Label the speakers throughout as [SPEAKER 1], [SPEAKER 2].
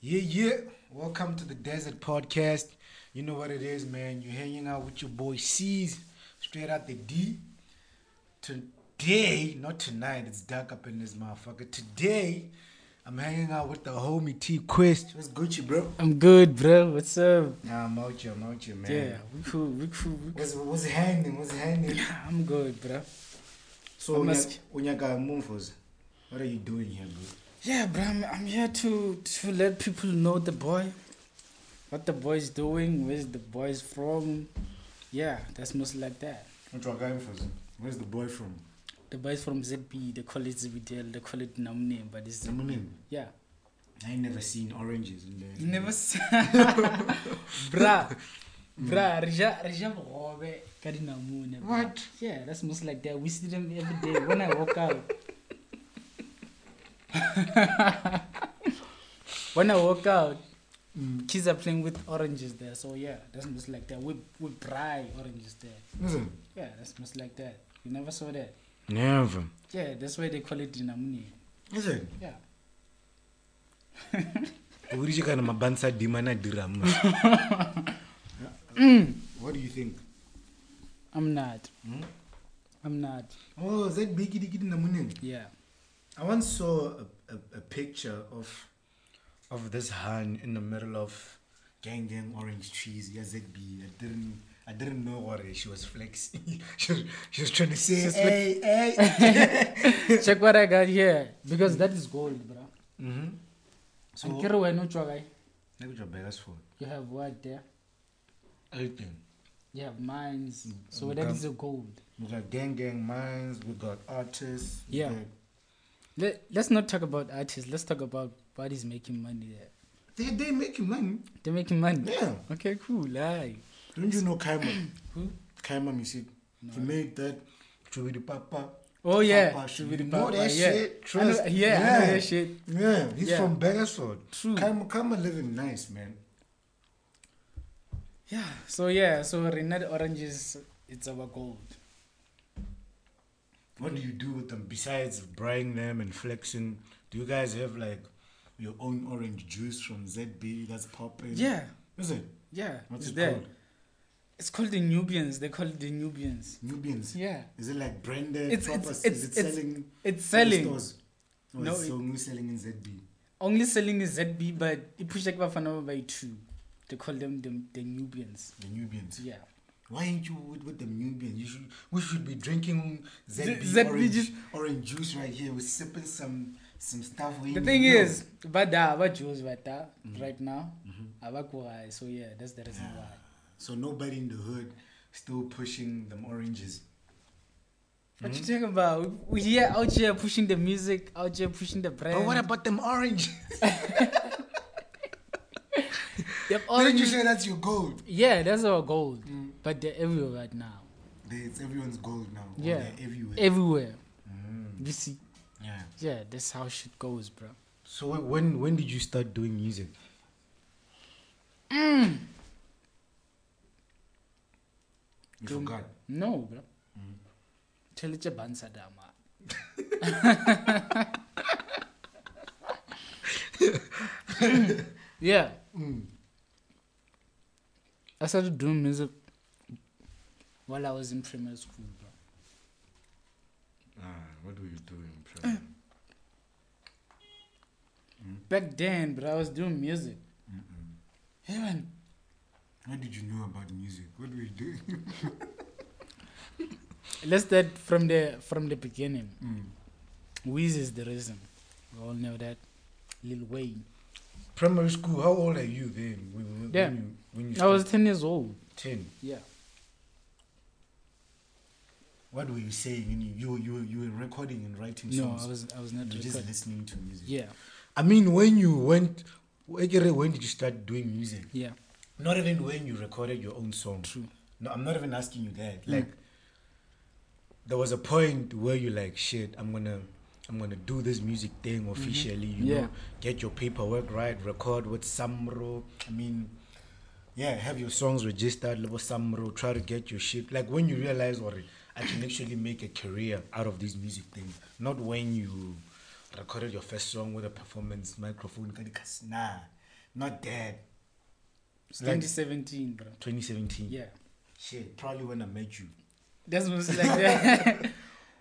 [SPEAKER 1] Yeah, yeah. Welcome to the Desert Podcast. You know what it is, man. You're hanging out with your boy C's straight out the D. Today, not tonight, it's dark up in this motherfucker. Today, I'm hanging out with the homie T Quest. What's Gucci, bro?
[SPEAKER 2] I'm good, bro. What's up?
[SPEAKER 1] Nah, I'm out here, I'm out here, man.
[SPEAKER 2] Yeah, we cool, we cool. We cool.
[SPEAKER 1] What's, what's happening? What's happening?
[SPEAKER 2] I'm good, bro.
[SPEAKER 1] So,
[SPEAKER 2] I'm
[SPEAKER 1] unya-
[SPEAKER 2] ask-
[SPEAKER 1] Unyaka Mumfos, what are you doing here, bro?
[SPEAKER 2] Yeah, bro. I'm, I'm here to to let people know the boy, what the boy's doing, where's the boy's from. Yeah, that's most like that.
[SPEAKER 1] Unyaka Mumfos, where's the boy from?
[SPEAKER 2] The boy's from ZB. They call it ZBDL. They call it Namne, but it's
[SPEAKER 1] Namune.
[SPEAKER 2] Yeah.
[SPEAKER 1] I ain't never seen oranges in there.
[SPEAKER 2] You never see, bruh, bruh. Rija, Rija Bogobe, Kadi Namune. bruh.
[SPEAKER 1] What?
[SPEAKER 2] Yeah, that's most like that. We see them every day when I walk out. when I walk out, kids are playing with oranges there. So yeah, that's most like that. We we dry oranges there.
[SPEAKER 1] Listen.
[SPEAKER 2] Yeah, that's most like that. You never saw that.
[SPEAKER 1] Never.
[SPEAKER 2] Yeah, that's why they call it dinamuni.
[SPEAKER 1] Listen.
[SPEAKER 2] Yeah.
[SPEAKER 3] uri kana mabansa dhima nadhiramu
[SPEAKER 1] What do you think?
[SPEAKER 2] I'm not.
[SPEAKER 1] Hmm?
[SPEAKER 2] I'm not.
[SPEAKER 1] Oh, is that big giddy namunin?
[SPEAKER 2] Yeah.
[SPEAKER 1] I once saw a, a, a picture of of this hun in the middle of gang gang orange trees. Yeah, ZB. I didn't I didn't know what it- she was flexing. she, was, she was trying to say,
[SPEAKER 2] She's
[SPEAKER 1] hey, hey.
[SPEAKER 2] Check what I got here because that is gold, bro.
[SPEAKER 1] mm-hmm.
[SPEAKER 2] So
[SPEAKER 1] So,
[SPEAKER 2] and Kero, I know Chwagai.
[SPEAKER 1] look at your beggars for
[SPEAKER 2] You have what there?
[SPEAKER 1] everything.
[SPEAKER 2] You have mines. So
[SPEAKER 1] Mm,
[SPEAKER 2] that
[SPEAKER 1] um,
[SPEAKER 2] is a gold.
[SPEAKER 1] We got gang gang minds. We got artists. we
[SPEAKER 2] Yeah.
[SPEAKER 1] got-
[SPEAKER 2] Let, let's not talk about artists. Let's talk about what is making money there.
[SPEAKER 1] They they making money.
[SPEAKER 2] They're making money.
[SPEAKER 1] Yeah.
[SPEAKER 2] Okay, cool. Aye.
[SPEAKER 1] Don't you know Kaima?
[SPEAKER 2] Who?
[SPEAKER 1] Kaima music. He made that Chubidi Papa.
[SPEAKER 2] Oh yeah.
[SPEAKER 1] Papa,
[SPEAKER 2] Should
[SPEAKER 1] Shubidi
[SPEAKER 2] be the
[SPEAKER 1] Papa.
[SPEAKER 2] Papa,
[SPEAKER 1] that
[SPEAKER 2] yeah.
[SPEAKER 1] shit.
[SPEAKER 2] I know-
[SPEAKER 1] Trust.
[SPEAKER 2] yeah, I know that shit.
[SPEAKER 1] Yeah, he's
[SPEAKER 2] Yeah.
[SPEAKER 1] from Beresford.
[SPEAKER 2] True.
[SPEAKER 1] Kaima, Kaima living nice, man.
[SPEAKER 2] Yeah. So yeah. So Renat oranges. It's our gold.
[SPEAKER 1] What do you do with them besides buying them and flexing? Do you guys have like your own orange juice from ZB that's popping?
[SPEAKER 2] Yeah.
[SPEAKER 1] Is it?
[SPEAKER 2] Yeah.
[SPEAKER 1] What's
[SPEAKER 2] it's
[SPEAKER 1] it
[SPEAKER 2] there.
[SPEAKER 1] called?
[SPEAKER 2] It's called the Nubians. They call it the Nubians.
[SPEAKER 1] Nubians.
[SPEAKER 2] Yeah.
[SPEAKER 1] Is it like branded?
[SPEAKER 2] It's-
[SPEAKER 1] proper?
[SPEAKER 2] it's-
[SPEAKER 1] is
[SPEAKER 2] it's-
[SPEAKER 1] it
[SPEAKER 2] it's
[SPEAKER 1] selling? in
[SPEAKER 2] It's selling.
[SPEAKER 1] Stores? Or
[SPEAKER 2] No,
[SPEAKER 1] is
[SPEAKER 2] it-
[SPEAKER 1] it only Oh, selling in ZB?
[SPEAKER 2] Only selling is ZB, but it pushed Bafana by two. They call them the, the Nubians.
[SPEAKER 1] The Nubians.
[SPEAKER 2] Yeah.
[SPEAKER 1] Why ain't you with, with the Nubians? You should we should be drinking ZB,
[SPEAKER 2] Z- ZB
[SPEAKER 1] orange,
[SPEAKER 2] juice.
[SPEAKER 1] orange juice right here. We're sipping some some stuff. we
[SPEAKER 2] The
[SPEAKER 1] ain't
[SPEAKER 2] thing
[SPEAKER 1] even
[SPEAKER 2] is, but uh, our Jews right, uh,
[SPEAKER 1] Mm-hmm.
[SPEAKER 2] right now, mm so yeah, that's the reason why.
[SPEAKER 1] know. so nobody in the hood still pushing them oranges.
[SPEAKER 2] What
[SPEAKER 1] Mm-hmm.
[SPEAKER 2] you talking about? We here out here pushing the music, out here pushing the brand.
[SPEAKER 1] But what about them oranges?
[SPEAKER 2] They've
[SPEAKER 1] Didn't
[SPEAKER 2] already-
[SPEAKER 1] you say Mm. that's your goal?
[SPEAKER 2] yeah, that's our gold. But they're everywhere right now.
[SPEAKER 1] They- It's everyone's goal now. or
[SPEAKER 2] Yeah.
[SPEAKER 1] they're everywhere.
[SPEAKER 2] Everywhere.
[SPEAKER 1] Mm,
[SPEAKER 2] You see?
[SPEAKER 1] yeah.
[SPEAKER 2] Yeah, that's how shit goes, bro.
[SPEAKER 3] so wh- when when did you start doing music
[SPEAKER 2] Mm.
[SPEAKER 1] You
[SPEAKER 2] Don't-
[SPEAKER 1] forgot.
[SPEAKER 2] No, bro. Tell it your bansa dama. yeah. I started doing music while I was in primary school, bro.
[SPEAKER 1] Ah, what were you doing? Prem?
[SPEAKER 2] Back then, bro, I was doing music. Yeah, man.
[SPEAKER 1] what did you know about music? What were you doing?
[SPEAKER 2] Let's start from the from the beginning.
[SPEAKER 1] Mm.
[SPEAKER 2] Wiz is the reason. We all know that. Lil Wayne.
[SPEAKER 3] primary school how old are you then when, when,
[SPEAKER 2] Yeah.
[SPEAKER 3] when you, when you
[SPEAKER 2] I was ten years old.
[SPEAKER 3] 10
[SPEAKER 2] Yeah.
[SPEAKER 1] What were you saying? You you you, you were recording and writing
[SPEAKER 2] No,
[SPEAKER 1] songs.
[SPEAKER 2] I was I was not
[SPEAKER 1] You're just
[SPEAKER 2] recording.
[SPEAKER 1] listening to music.
[SPEAKER 2] Yeah,
[SPEAKER 3] i mean when you went Ekere, when did you start doing music
[SPEAKER 2] yeah,
[SPEAKER 3] not even when you recorded your own song
[SPEAKER 2] true.
[SPEAKER 3] no i'm not even asking you that like there was a point where you like shit i'm gonna i'm gonna do this music thing officially you
[SPEAKER 2] Yeah.
[SPEAKER 3] know get your paperwork right record with samro i mean yeah have your songs registered level samro try to get your shit like when you realize or i can actually make a career out of these music things not when you recorded your first song with a performance microphone
[SPEAKER 1] Nah, not dead.
[SPEAKER 2] It's 2017, bro.
[SPEAKER 3] 2017.
[SPEAKER 2] Yeah.
[SPEAKER 1] Shit, probably when I met you.
[SPEAKER 2] That's most like that.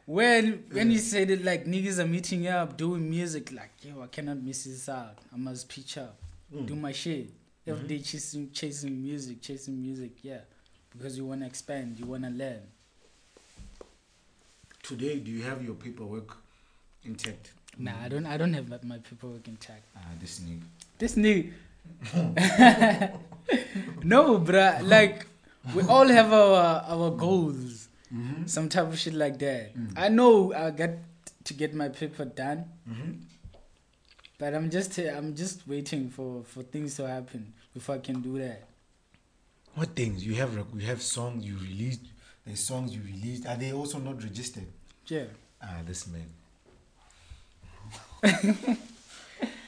[SPEAKER 2] when when you said it like niggas are meeting up, doing music, like yo, I cannot miss this out. I must pitch up,
[SPEAKER 1] Hmm.
[SPEAKER 2] do my shit every
[SPEAKER 1] Mm-hmm.
[SPEAKER 2] day, chasing chasing music, chasing music. Yeah, because you wanna expand, you wanna learn.
[SPEAKER 1] Today, do you have your paperwork intact?
[SPEAKER 2] Nah, I don't I don't have my- my paperwork intact.
[SPEAKER 1] Ah, this nigga.
[SPEAKER 2] This nigga. no, bruh. Like we all have our our goals.
[SPEAKER 1] Mm-hmm.
[SPEAKER 2] Some type of shit like that.
[SPEAKER 1] Mm.
[SPEAKER 2] I know I got to get my paper done,
[SPEAKER 1] Mm-hmm.
[SPEAKER 2] but I'm just I'm just waiting for for things to happen before I can do that.
[SPEAKER 3] What things? You have rec- you have songs you released.
[SPEAKER 1] There's songs you released. Are they also not registered?
[SPEAKER 2] Yeah.
[SPEAKER 3] Ah, this man.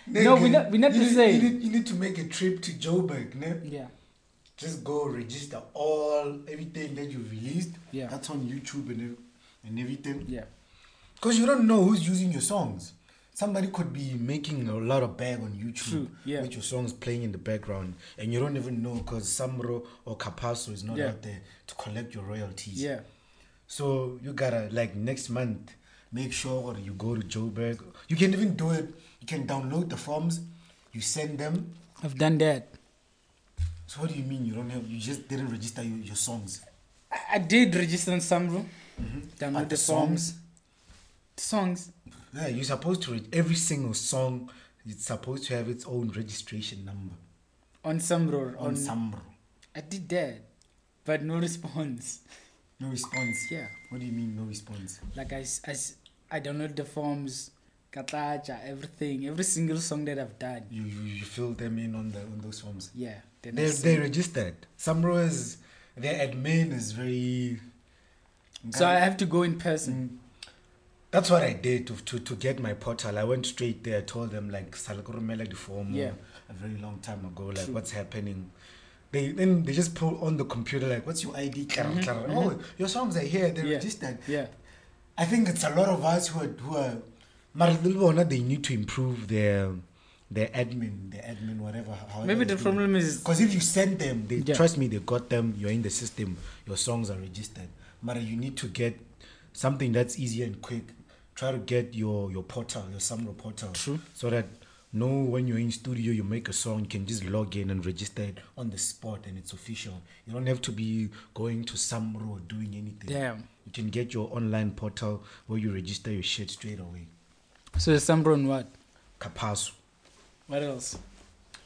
[SPEAKER 2] No,
[SPEAKER 1] Nigga,
[SPEAKER 2] we not- we not
[SPEAKER 1] you
[SPEAKER 2] the
[SPEAKER 1] need-
[SPEAKER 2] same.
[SPEAKER 1] You need, you need to make a trip to Joburg, ne?
[SPEAKER 2] Yeah.
[SPEAKER 1] Just go register all everything that you released.
[SPEAKER 2] Yeah.
[SPEAKER 1] That's on YouTube and ev- and everything.
[SPEAKER 2] Yeah.
[SPEAKER 1] Because you don't know who's using your songs. Somebody could be making a lot of bag on YouTube
[SPEAKER 2] True, yeah.
[SPEAKER 1] with your songs playing in the background, and you don't even know because Samro or Capasso is not
[SPEAKER 2] Yeah.
[SPEAKER 1] out there to collect your royalties.
[SPEAKER 2] Yeah.
[SPEAKER 1] So you gotta like next month make sure you go to Joburg. You can even do it. You can download the forms, you send them.
[SPEAKER 2] I've done that.
[SPEAKER 1] So what do you mean you don't have? You just didn't register your, your songs.
[SPEAKER 2] I, I did register on Samru.
[SPEAKER 1] But
[SPEAKER 2] Download
[SPEAKER 1] Mm-hmm. the
[SPEAKER 2] the songs. Songs.
[SPEAKER 1] Yeah, you're supposed to. Re- every single song, it's supposed to have its own registration number
[SPEAKER 2] On Samru.
[SPEAKER 1] on
[SPEAKER 2] On,
[SPEAKER 1] Samro.
[SPEAKER 2] I did that, but no response.
[SPEAKER 1] No response.
[SPEAKER 2] Yeah.
[SPEAKER 1] What do you mean no response?
[SPEAKER 2] Like I, s- I, s- I download the forms, kataja, everything, every single song that I've done.
[SPEAKER 1] You you, you fill them in on the on those forms.
[SPEAKER 2] Yeah. Then I
[SPEAKER 1] They
[SPEAKER 2] send-
[SPEAKER 1] they registered. Samro is their admin is very.
[SPEAKER 2] so I have to go in person.
[SPEAKER 1] Mm, That's what I did to, to, to get my portal. I went straight there, told them like Salakurumela the form
[SPEAKER 2] Yeah.
[SPEAKER 1] a very long time ago, like
[SPEAKER 2] True.
[SPEAKER 1] what's happening. They then they just pull on the computer like what's your ID? Claro, claro. Oh, your songs are here, they're
[SPEAKER 2] Mm-hmm. Yeah.
[SPEAKER 1] registered.
[SPEAKER 2] Yeah.
[SPEAKER 1] I think it's a lot of us who are who are Marilwana, they need to improve their their admin, their admin, whatever.
[SPEAKER 2] Maybe the problem is
[SPEAKER 1] because if you send them, they
[SPEAKER 2] Yeah.
[SPEAKER 1] trust me, they got them. You're in the system. Your songs are registered. But you need to get something that's easier and quick. Try to get your your portal, your Samro portal,
[SPEAKER 2] True.
[SPEAKER 1] so that no when you're in studio, you make a song, you can just log in and register it on the spot, and it's official. You don't have to be going to Samro or doing anything.
[SPEAKER 2] damn.
[SPEAKER 1] You can get your online portal where you register your shit straight away.
[SPEAKER 2] So the Samro and what?
[SPEAKER 1] Kapasu.
[SPEAKER 2] What else?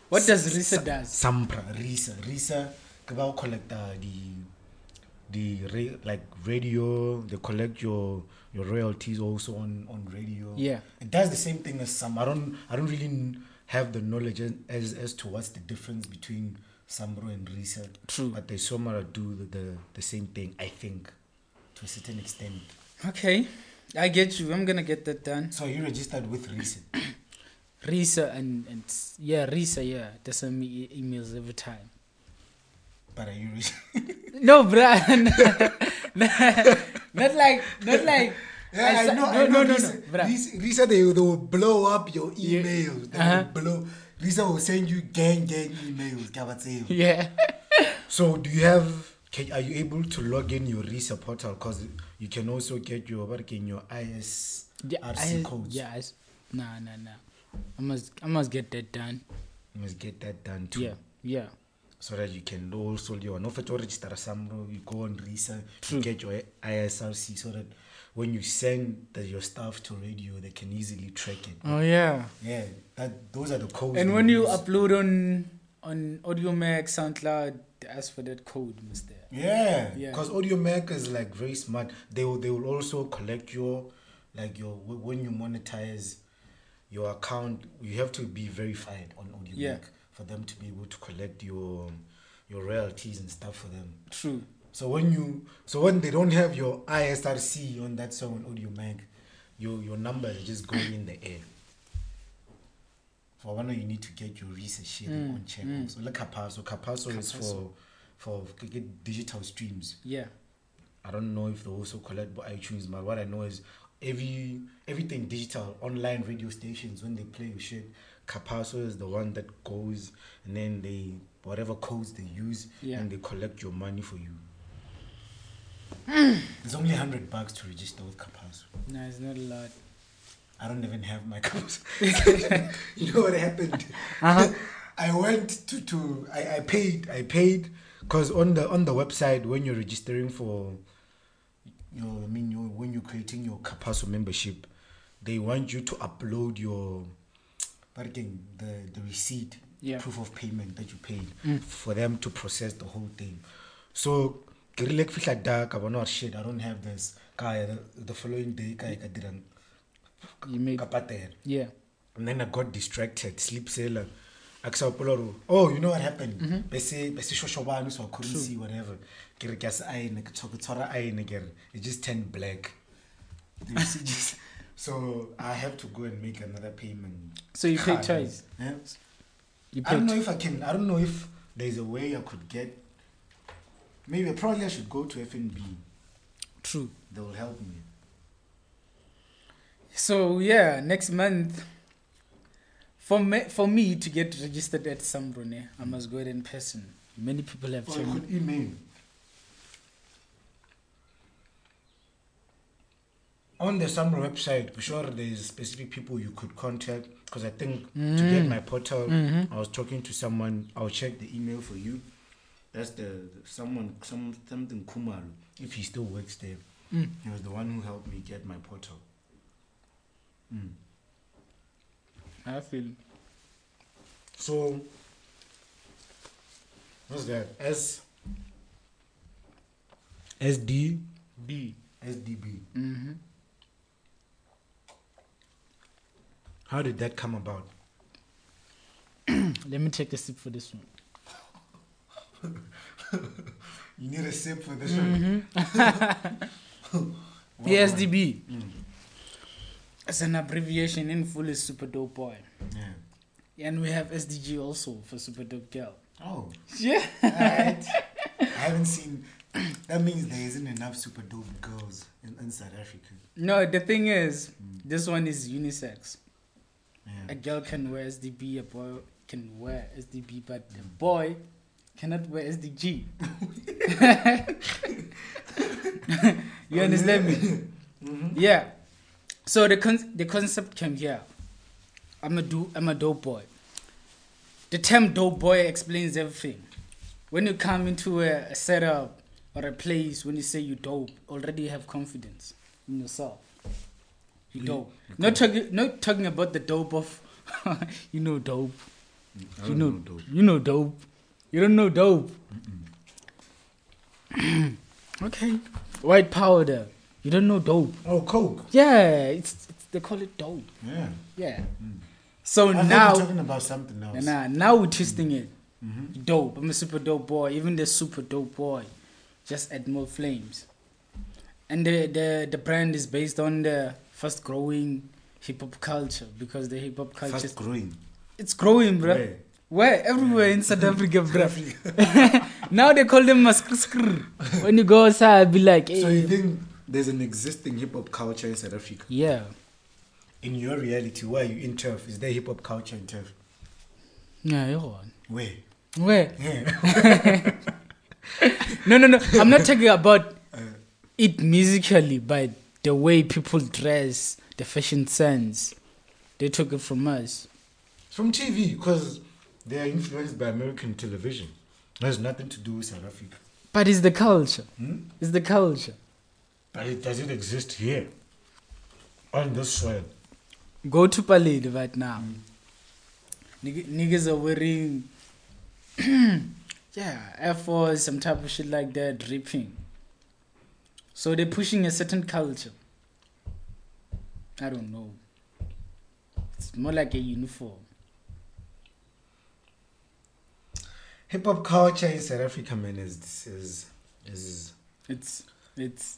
[SPEAKER 2] What does Risa does?
[SPEAKER 1] Sampra, Risa. Risa, ke ba o collecta the the ra- like radio, they collect your your royalties also on on radio.
[SPEAKER 2] Yeah.
[SPEAKER 1] It does the same thing as some. I don't I don't really n- have the knowledge as as, as to what's the difference between Samro and Risa.
[SPEAKER 2] True.
[SPEAKER 1] But they somehow do the, the the same thing, I think, to a certain extent.
[SPEAKER 2] Okay, I get you. I'm gonna get that done.
[SPEAKER 1] So you registered with Risa.
[SPEAKER 2] Risa and and s- yeah, Risa. Yeah, they send me e- emails every time.
[SPEAKER 1] but are you registered?
[SPEAKER 2] No, bruh. not like, not like.
[SPEAKER 1] Yeah, I,
[SPEAKER 2] sa-
[SPEAKER 1] know, I know.
[SPEAKER 2] no, no,
[SPEAKER 1] Lisa,
[SPEAKER 2] no, bruh.
[SPEAKER 1] Lisa, Lisa, they, they will blow up your
[SPEAKER 2] Yeah.
[SPEAKER 1] emails. They
[SPEAKER 2] Uh-huh.
[SPEAKER 1] will blow. Lisa will send you gang gang emails. Gabatseyo.
[SPEAKER 2] Yeah.
[SPEAKER 1] So do you have? Can, are you able to log in your Risa portal? Cause you can also get your what again, your ISRC
[SPEAKER 2] yeah I,
[SPEAKER 1] codes.
[SPEAKER 2] Yeah, I, s- nah, nah, nah. I must, I must get that done.
[SPEAKER 1] You must get that done too.
[SPEAKER 2] Yeah, yeah,
[SPEAKER 1] So that you can also you know for register Samro, you go on Risa,
[SPEAKER 2] True.
[SPEAKER 1] you get your ISRC so that when you send the, your stuff to radio, they can easily track it.
[SPEAKER 2] Oh yeah.
[SPEAKER 1] Yeah, that those are the codes.
[SPEAKER 2] And
[SPEAKER 1] they
[SPEAKER 2] when you
[SPEAKER 1] use.
[SPEAKER 2] upload on on Audio Mac, SoundCloud, they ask for that code, Mister.
[SPEAKER 1] Yeah,
[SPEAKER 2] Yeah.
[SPEAKER 1] because audio mac is like very smart. They will they will also collect your like your wh- when you monetize your account, you have to be verified on audio
[SPEAKER 2] Yeah.
[SPEAKER 1] mac for them to be able to collect your your royalties and stuff for them.
[SPEAKER 2] True.
[SPEAKER 1] So when you so when they don't have your ISRC on that song on audio mac, your your numbers are just going in the air. For one, you need to get your research shit
[SPEAKER 2] Mm,
[SPEAKER 1] on check.
[SPEAKER 2] mm.
[SPEAKER 1] So like Capasso, Capasso is for
[SPEAKER 2] Capasso.
[SPEAKER 1] for g- g- digital streams.
[SPEAKER 2] Yeah.
[SPEAKER 1] I don't know if they also collect by iTunes, but what I know is every everything digital, online radio stations, when they play your shit, Capasso is the one that goes and then they whatever codes they use
[SPEAKER 2] Yeah.
[SPEAKER 1] and they collect your money for you. There's only hundred bucks to register with Capasso.
[SPEAKER 2] No, it's not a lot.
[SPEAKER 1] I don't even have my Capasso. you know what happened? I went to, to I, I paid I paid because on the on the website when you're registering for you know, I mean, you, when you're creating your Capasso membership, they want you to upload your, but again, the, the receipt,
[SPEAKER 2] Yeah.
[SPEAKER 1] proof of payment that you paid for them to process the whole thing. So, ke rile ke fihla dark, I was not shit, I don't have this. Ka- The following day, ka- ka dirang,
[SPEAKER 2] You made
[SPEAKER 1] ka patela.
[SPEAKER 2] yeah.
[SPEAKER 1] And then I got distracted, sleep sailor. Oh, you know what happened?
[SPEAKER 2] Mhm.
[SPEAKER 1] Bese bese shoshobane so I couldn't see whatever. Ke re ke a se iron, ke tshwa- ke tshwara iron ke re, It just turned black. The receipt just- so I have to go and make another payment.
[SPEAKER 2] So you paid twice.
[SPEAKER 1] Yeah.
[SPEAKER 2] You
[SPEAKER 1] I don't
[SPEAKER 2] paid.
[SPEAKER 1] know if I can. I don't know if there's a way I could get. Maybe probably I should go to FNB.
[SPEAKER 2] True.
[SPEAKER 1] They will help me.
[SPEAKER 2] So yeah, next month. For me, for me to get registered at Sambrune, I must go there in person. Many people have
[SPEAKER 1] Or I
[SPEAKER 2] told me.
[SPEAKER 1] could email. On the Samra website, for sure there's specific people you could contact because I think to get my portal, I was talking to someone. I'll check the email for you. That's the, the- someone some something Kumaru if he still works there. He was the one who helped me get my portal.
[SPEAKER 2] I feel.
[SPEAKER 1] So, what's that? S. SD. B. SDB.
[SPEAKER 2] Mm-hmm.
[SPEAKER 1] How did that come about?
[SPEAKER 2] Let me take a sip for this one.
[SPEAKER 1] You need a sip for this
[SPEAKER 2] Mm-hmm.
[SPEAKER 1] one.
[SPEAKER 2] The SDB. It's Mm. an abbreviation in full is Super Dope Boy.
[SPEAKER 1] Yeah.
[SPEAKER 2] And we have SDG also for Super Dope Girl.
[SPEAKER 1] Oh,
[SPEAKER 2] Yeah.
[SPEAKER 1] alright. I haven't seen. That means there isn't enough super dope girls in, in South Africa.
[SPEAKER 2] No, the thing is, this one is unisex. A
[SPEAKER 1] Yeah.
[SPEAKER 2] girl can wear SDB, a boy can wear SDB, but a boy cannot wear SDG. you understand me? Yeah. So the con- the concept came here. I'm a do I'm a dope boy. The term dope boy explains everything. When you come into a, a setup or a place, when you say you dope, already have confidence in yourself. You dope. Not talking not talking about the dope of you know dope. You know, You know dope. You don't know dope. okay. White powder. You don't know dope.
[SPEAKER 1] Oh, Coke.
[SPEAKER 2] Yeah, it's, it's they call it dope.
[SPEAKER 1] Yeah.
[SPEAKER 2] Yeah. So
[SPEAKER 1] Mm. I now,
[SPEAKER 2] now,
[SPEAKER 1] talking about Mm-hmm. something else.
[SPEAKER 2] nah, now we're twisting it. Dope. I'm a super dope boy. Even the super dope boy, just add more flames. And the the the brand is based on the fast growing hip hop culture because the hip hop culture
[SPEAKER 1] Fast growing.
[SPEAKER 2] it's growing, bruh.
[SPEAKER 1] Where?
[SPEAKER 2] Where? Everywhere in South Africa, bruh. now they call them maskr. When you go outside, be like,
[SPEAKER 1] So you
[SPEAKER 2] hey.
[SPEAKER 1] think there's an existing hip hop culture in South Africa?
[SPEAKER 2] yeah.
[SPEAKER 1] In your reality, where are you in turf? Is there hip hop culture in turf?
[SPEAKER 2] Yeah, you're on.
[SPEAKER 1] Where?
[SPEAKER 2] Where?
[SPEAKER 1] Yeah.
[SPEAKER 2] No, no, no. I'm not talking about it musically, but the way people dress, the fashion sense, they took it from us.
[SPEAKER 1] From TV, because they are influenced by American television. It has nothing to do with South Africa.
[SPEAKER 2] But it's the culture.
[SPEAKER 1] Hmm?
[SPEAKER 2] It's the culture.
[SPEAKER 1] But it doesn't exist here on this soil.
[SPEAKER 2] Go to Palid right now. Nigg- Niggas are wearing, yeah, Air Force, some type of shit like that, dripping. So they're pushing a certain culture. I don't know. It's more like a uniform.
[SPEAKER 1] Hip hop culture in South Africa, man, is is is
[SPEAKER 2] It's it's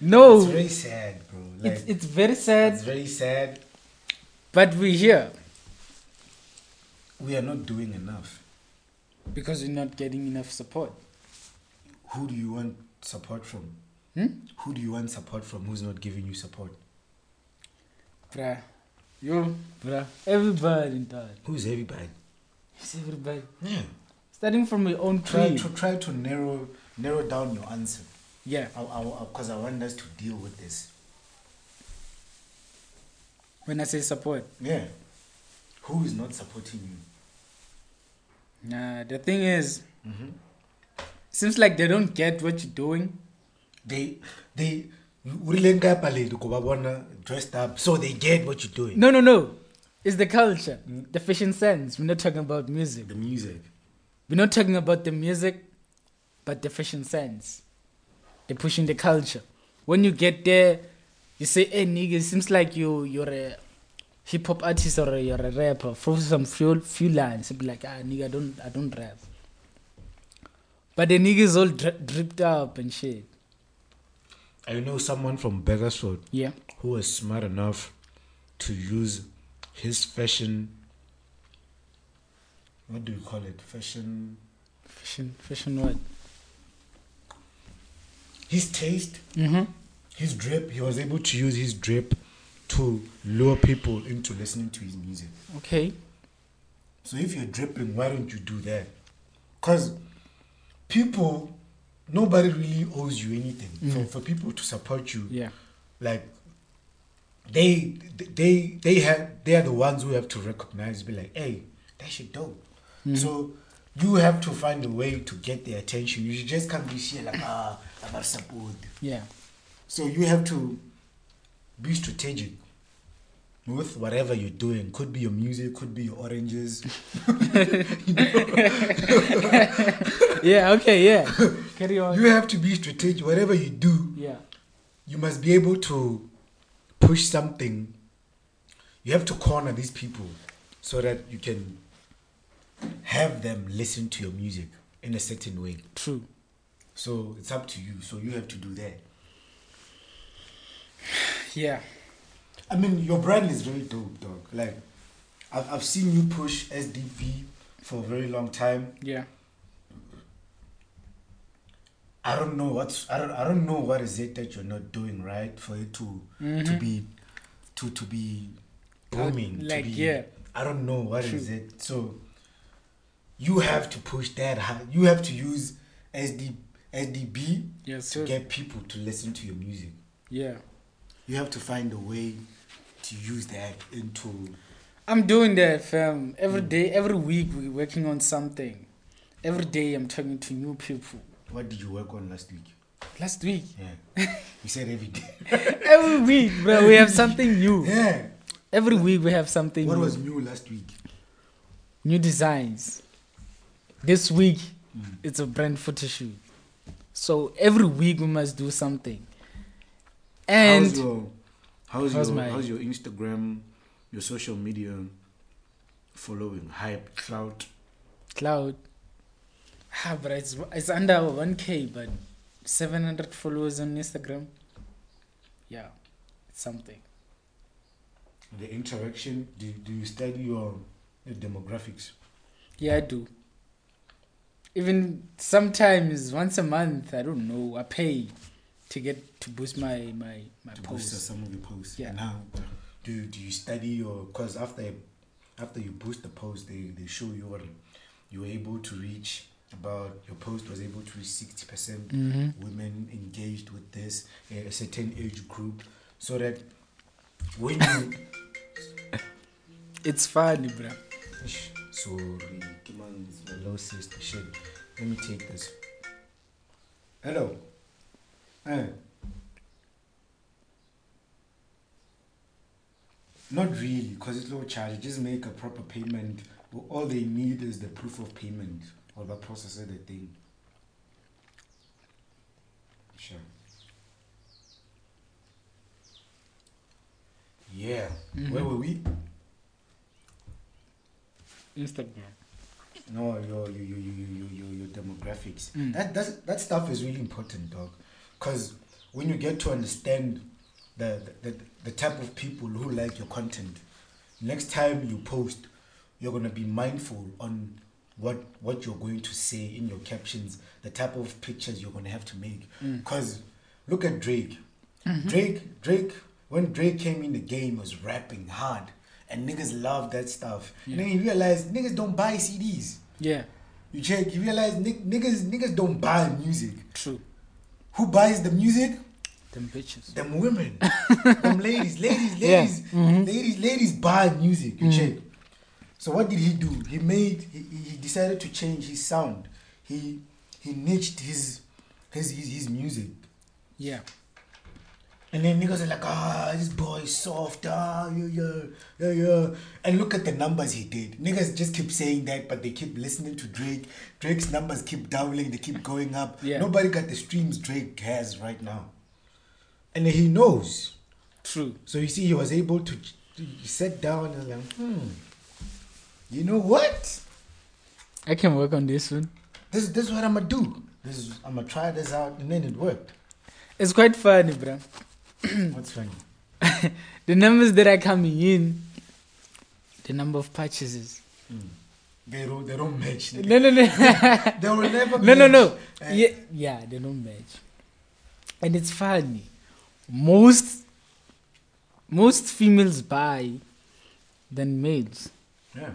[SPEAKER 2] no,
[SPEAKER 1] it's
[SPEAKER 2] it's,
[SPEAKER 1] very sad, bro. Like
[SPEAKER 2] it's,
[SPEAKER 1] Oh. it's,
[SPEAKER 2] very sad,
[SPEAKER 1] very sad.
[SPEAKER 2] but we're here
[SPEAKER 1] We are not doing enough.
[SPEAKER 2] because we're not getting enough support.
[SPEAKER 1] Who do you want support from?
[SPEAKER 2] Hmm?
[SPEAKER 1] Who do you want support from? Who's not giving you support?
[SPEAKER 2] Bruh, Yo, bruh. Everybody died.
[SPEAKER 3] Who's everybody?
[SPEAKER 2] It's everybody.
[SPEAKER 3] Yeah.
[SPEAKER 2] Starting from your own
[SPEAKER 1] Try
[SPEAKER 2] tree.
[SPEAKER 1] to try to narrow narrow down your answer.
[SPEAKER 2] Yeah.
[SPEAKER 1] Because I, want us to deal with this.
[SPEAKER 2] When I say support.
[SPEAKER 1] Yeah. Who is not supporting you?
[SPEAKER 2] Nah, the thing is, seems like they don't get what you're doing.
[SPEAKER 3] They they urilengapa lady kubabona dressed up so they get what you're doing.
[SPEAKER 2] No, no, no. It's the culture, the fashion sense. We're not talking about music.
[SPEAKER 1] The music.
[SPEAKER 2] We're not talking about the music, but the fashion sense. They're pushing the culture. When you get there, you say, "Hey, nigga, it seems like you you're a hip hop artist or you're a rapper." Throw some few few lines. Be like, "Ah, nigga, I don't I don't rap." But the niggas all dri- dripped up and shit.
[SPEAKER 3] I know someone from Beggersford
[SPEAKER 2] Yeah.
[SPEAKER 3] who was smart enough to use his fashion
[SPEAKER 1] What do you call it? Fashion.
[SPEAKER 2] Fashion, fashion what?
[SPEAKER 3] his taste
[SPEAKER 2] Mm-hmm.
[SPEAKER 3] his drip he was able to use his drip to lure people into listening to his music
[SPEAKER 2] Okay.
[SPEAKER 1] So if you're dripping, why don't you do that? Because people,
[SPEAKER 3] nobody really owes you anything for, for people to support you
[SPEAKER 2] Yeah.
[SPEAKER 3] like they they they have they are the ones who have to recognize be like hey that shit dope so you have to find a way to get their attention you just can't be here like ah i'm not support
[SPEAKER 2] Yeah.
[SPEAKER 3] So you have to be strategic with whatever you're doing. Could be your music, could be your oranges.
[SPEAKER 2] Yeah. Okay. Yeah. Carry on.
[SPEAKER 3] You have to be strategic. Whatever you do,
[SPEAKER 2] yeah.
[SPEAKER 3] you must be able to push something. You have to corner these people so that you can have them listen to your music in a certain way.
[SPEAKER 2] True.
[SPEAKER 3] So it's up to you. So you have to do that.
[SPEAKER 2] Yeah.
[SPEAKER 1] I mean, your brand is very dope, dog. Like, I've, I've seen you push SDP for a very long time.
[SPEAKER 2] Yeah.
[SPEAKER 1] I don't know what's I don't I don't know what is it that you're not doing right for it to
[SPEAKER 2] Mm-hmm.
[SPEAKER 1] to be to to be booming.
[SPEAKER 2] Uh, Like,
[SPEAKER 1] to be,
[SPEAKER 2] yeah.
[SPEAKER 1] I don't know what is
[SPEAKER 2] True.
[SPEAKER 1] it. So you have to push that hard. You have to use SD SDB
[SPEAKER 2] Yes,
[SPEAKER 1] to
[SPEAKER 2] sir.
[SPEAKER 1] get people to listen to your music.
[SPEAKER 2] yeah.
[SPEAKER 1] You have to find a way to use that into
[SPEAKER 2] I'm doing that, fam. Every
[SPEAKER 1] Mm.
[SPEAKER 2] day, every week, we're working on something. Every day, I'm talking to new people.
[SPEAKER 1] what did you work on last week?
[SPEAKER 2] Last week,
[SPEAKER 1] Yeah. you said every day.
[SPEAKER 2] every week, bro, we have something new.
[SPEAKER 1] Yeah.
[SPEAKER 2] Every week, we have something
[SPEAKER 1] What
[SPEAKER 2] new.
[SPEAKER 1] was new last week?
[SPEAKER 2] new designs. This week,
[SPEAKER 1] Mm.
[SPEAKER 2] it's a brand photo shoot. So every week, we must do something. And
[SPEAKER 1] how's your how's,
[SPEAKER 2] How's
[SPEAKER 1] your
[SPEAKER 2] my-
[SPEAKER 1] how's your Instagram, your social media following hype clout?
[SPEAKER 2] Cloud. Ah, but it's, it's under 1k, but 700 followers on Instagram. Yeah, it's something.
[SPEAKER 1] The interaction. Do, do you study your, your demographics?
[SPEAKER 2] Yeah, I do. Even sometimes once a month, I don't know, I pay to get to boost my my my
[SPEAKER 1] To boost
[SPEAKER 2] posts.
[SPEAKER 1] some of the posts.
[SPEAKER 2] Yeah.
[SPEAKER 1] Now, do do you study your? Cause after after you boost the post, they they show you what you were able to reach. About your post was able to reach sixty percent
[SPEAKER 2] Mhm.
[SPEAKER 1] women engaged with this a a certain age group, so that when you
[SPEAKER 2] It's funny, bruh.
[SPEAKER 1] Ish, Sorry, come on, it's my low sister. Shit, let me take this. Hello. Eh. Not really, because it's low charge. Just make a proper payment. But all they need is the proof of payment or the processor, the thing. Sure.
[SPEAKER 3] Yeah. Where were we?
[SPEAKER 2] Instagram.
[SPEAKER 1] No, your your your your your, your, your demographics.
[SPEAKER 2] Mm.
[SPEAKER 1] That that's, that stuff is really important, dog. Because when you get to understand the, the, the, the type of people who like your content, next time you post, you're gonna be mindful on what what you're going to say in your captions, the type of pictures you're gonna have to make. Because look at Drake. Drake Drake when Drake came in the game was rapping hard. and niggas love that stuff. And then you realize niggas don't buy CDs.
[SPEAKER 2] Yeah,
[SPEAKER 1] You check, you realize ni- niggas niggas don't buy music.
[SPEAKER 2] true.
[SPEAKER 1] Who buys the music?
[SPEAKER 2] Them bitches.
[SPEAKER 1] Them women, them ladies, ladies, ladies, ladies, ladies buy music. You check. So what did he do? He made he, he he decided to change his sound. He he niched his his his, his music.
[SPEAKER 2] Yeah.
[SPEAKER 1] And then niggas are like, ah, this boy is soft, ah, yeah, yeah, yeah, yeah. And look at the numbers he did. Niggas just keep saying that, but they keep listening to Drake. Drake's numbers keep doubling, they keep going up.
[SPEAKER 2] Yeah.
[SPEAKER 1] Nobody got the streams Drake has right now. And he knows.
[SPEAKER 2] True.
[SPEAKER 1] So you see, he was able to, to sit down and like, hmm, you know what?
[SPEAKER 2] I can work on this one.
[SPEAKER 1] This, this is what I'm gonna do. This is, I'm gonna try this out. And then it worked.
[SPEAKER 2] It's quite funny, bro. Hmm.
[SPEAKER 1] What's funny?
[SPEAKER 2] The numbers that are coming in, the number of purchases.
[SPEAKER 1] They don't, they don't match. nigga.
[SPEAKER 2] No, no, no.
[SPEAKER 1] They will never
[SPEAKER 2] no, no, no.
[SPEAKER 1] match. Uh,
[SPEAKER 2] yeah, yeah, they don't match. And it's funny. Most most females buy than males.
[SPEAKER 1] Yeah.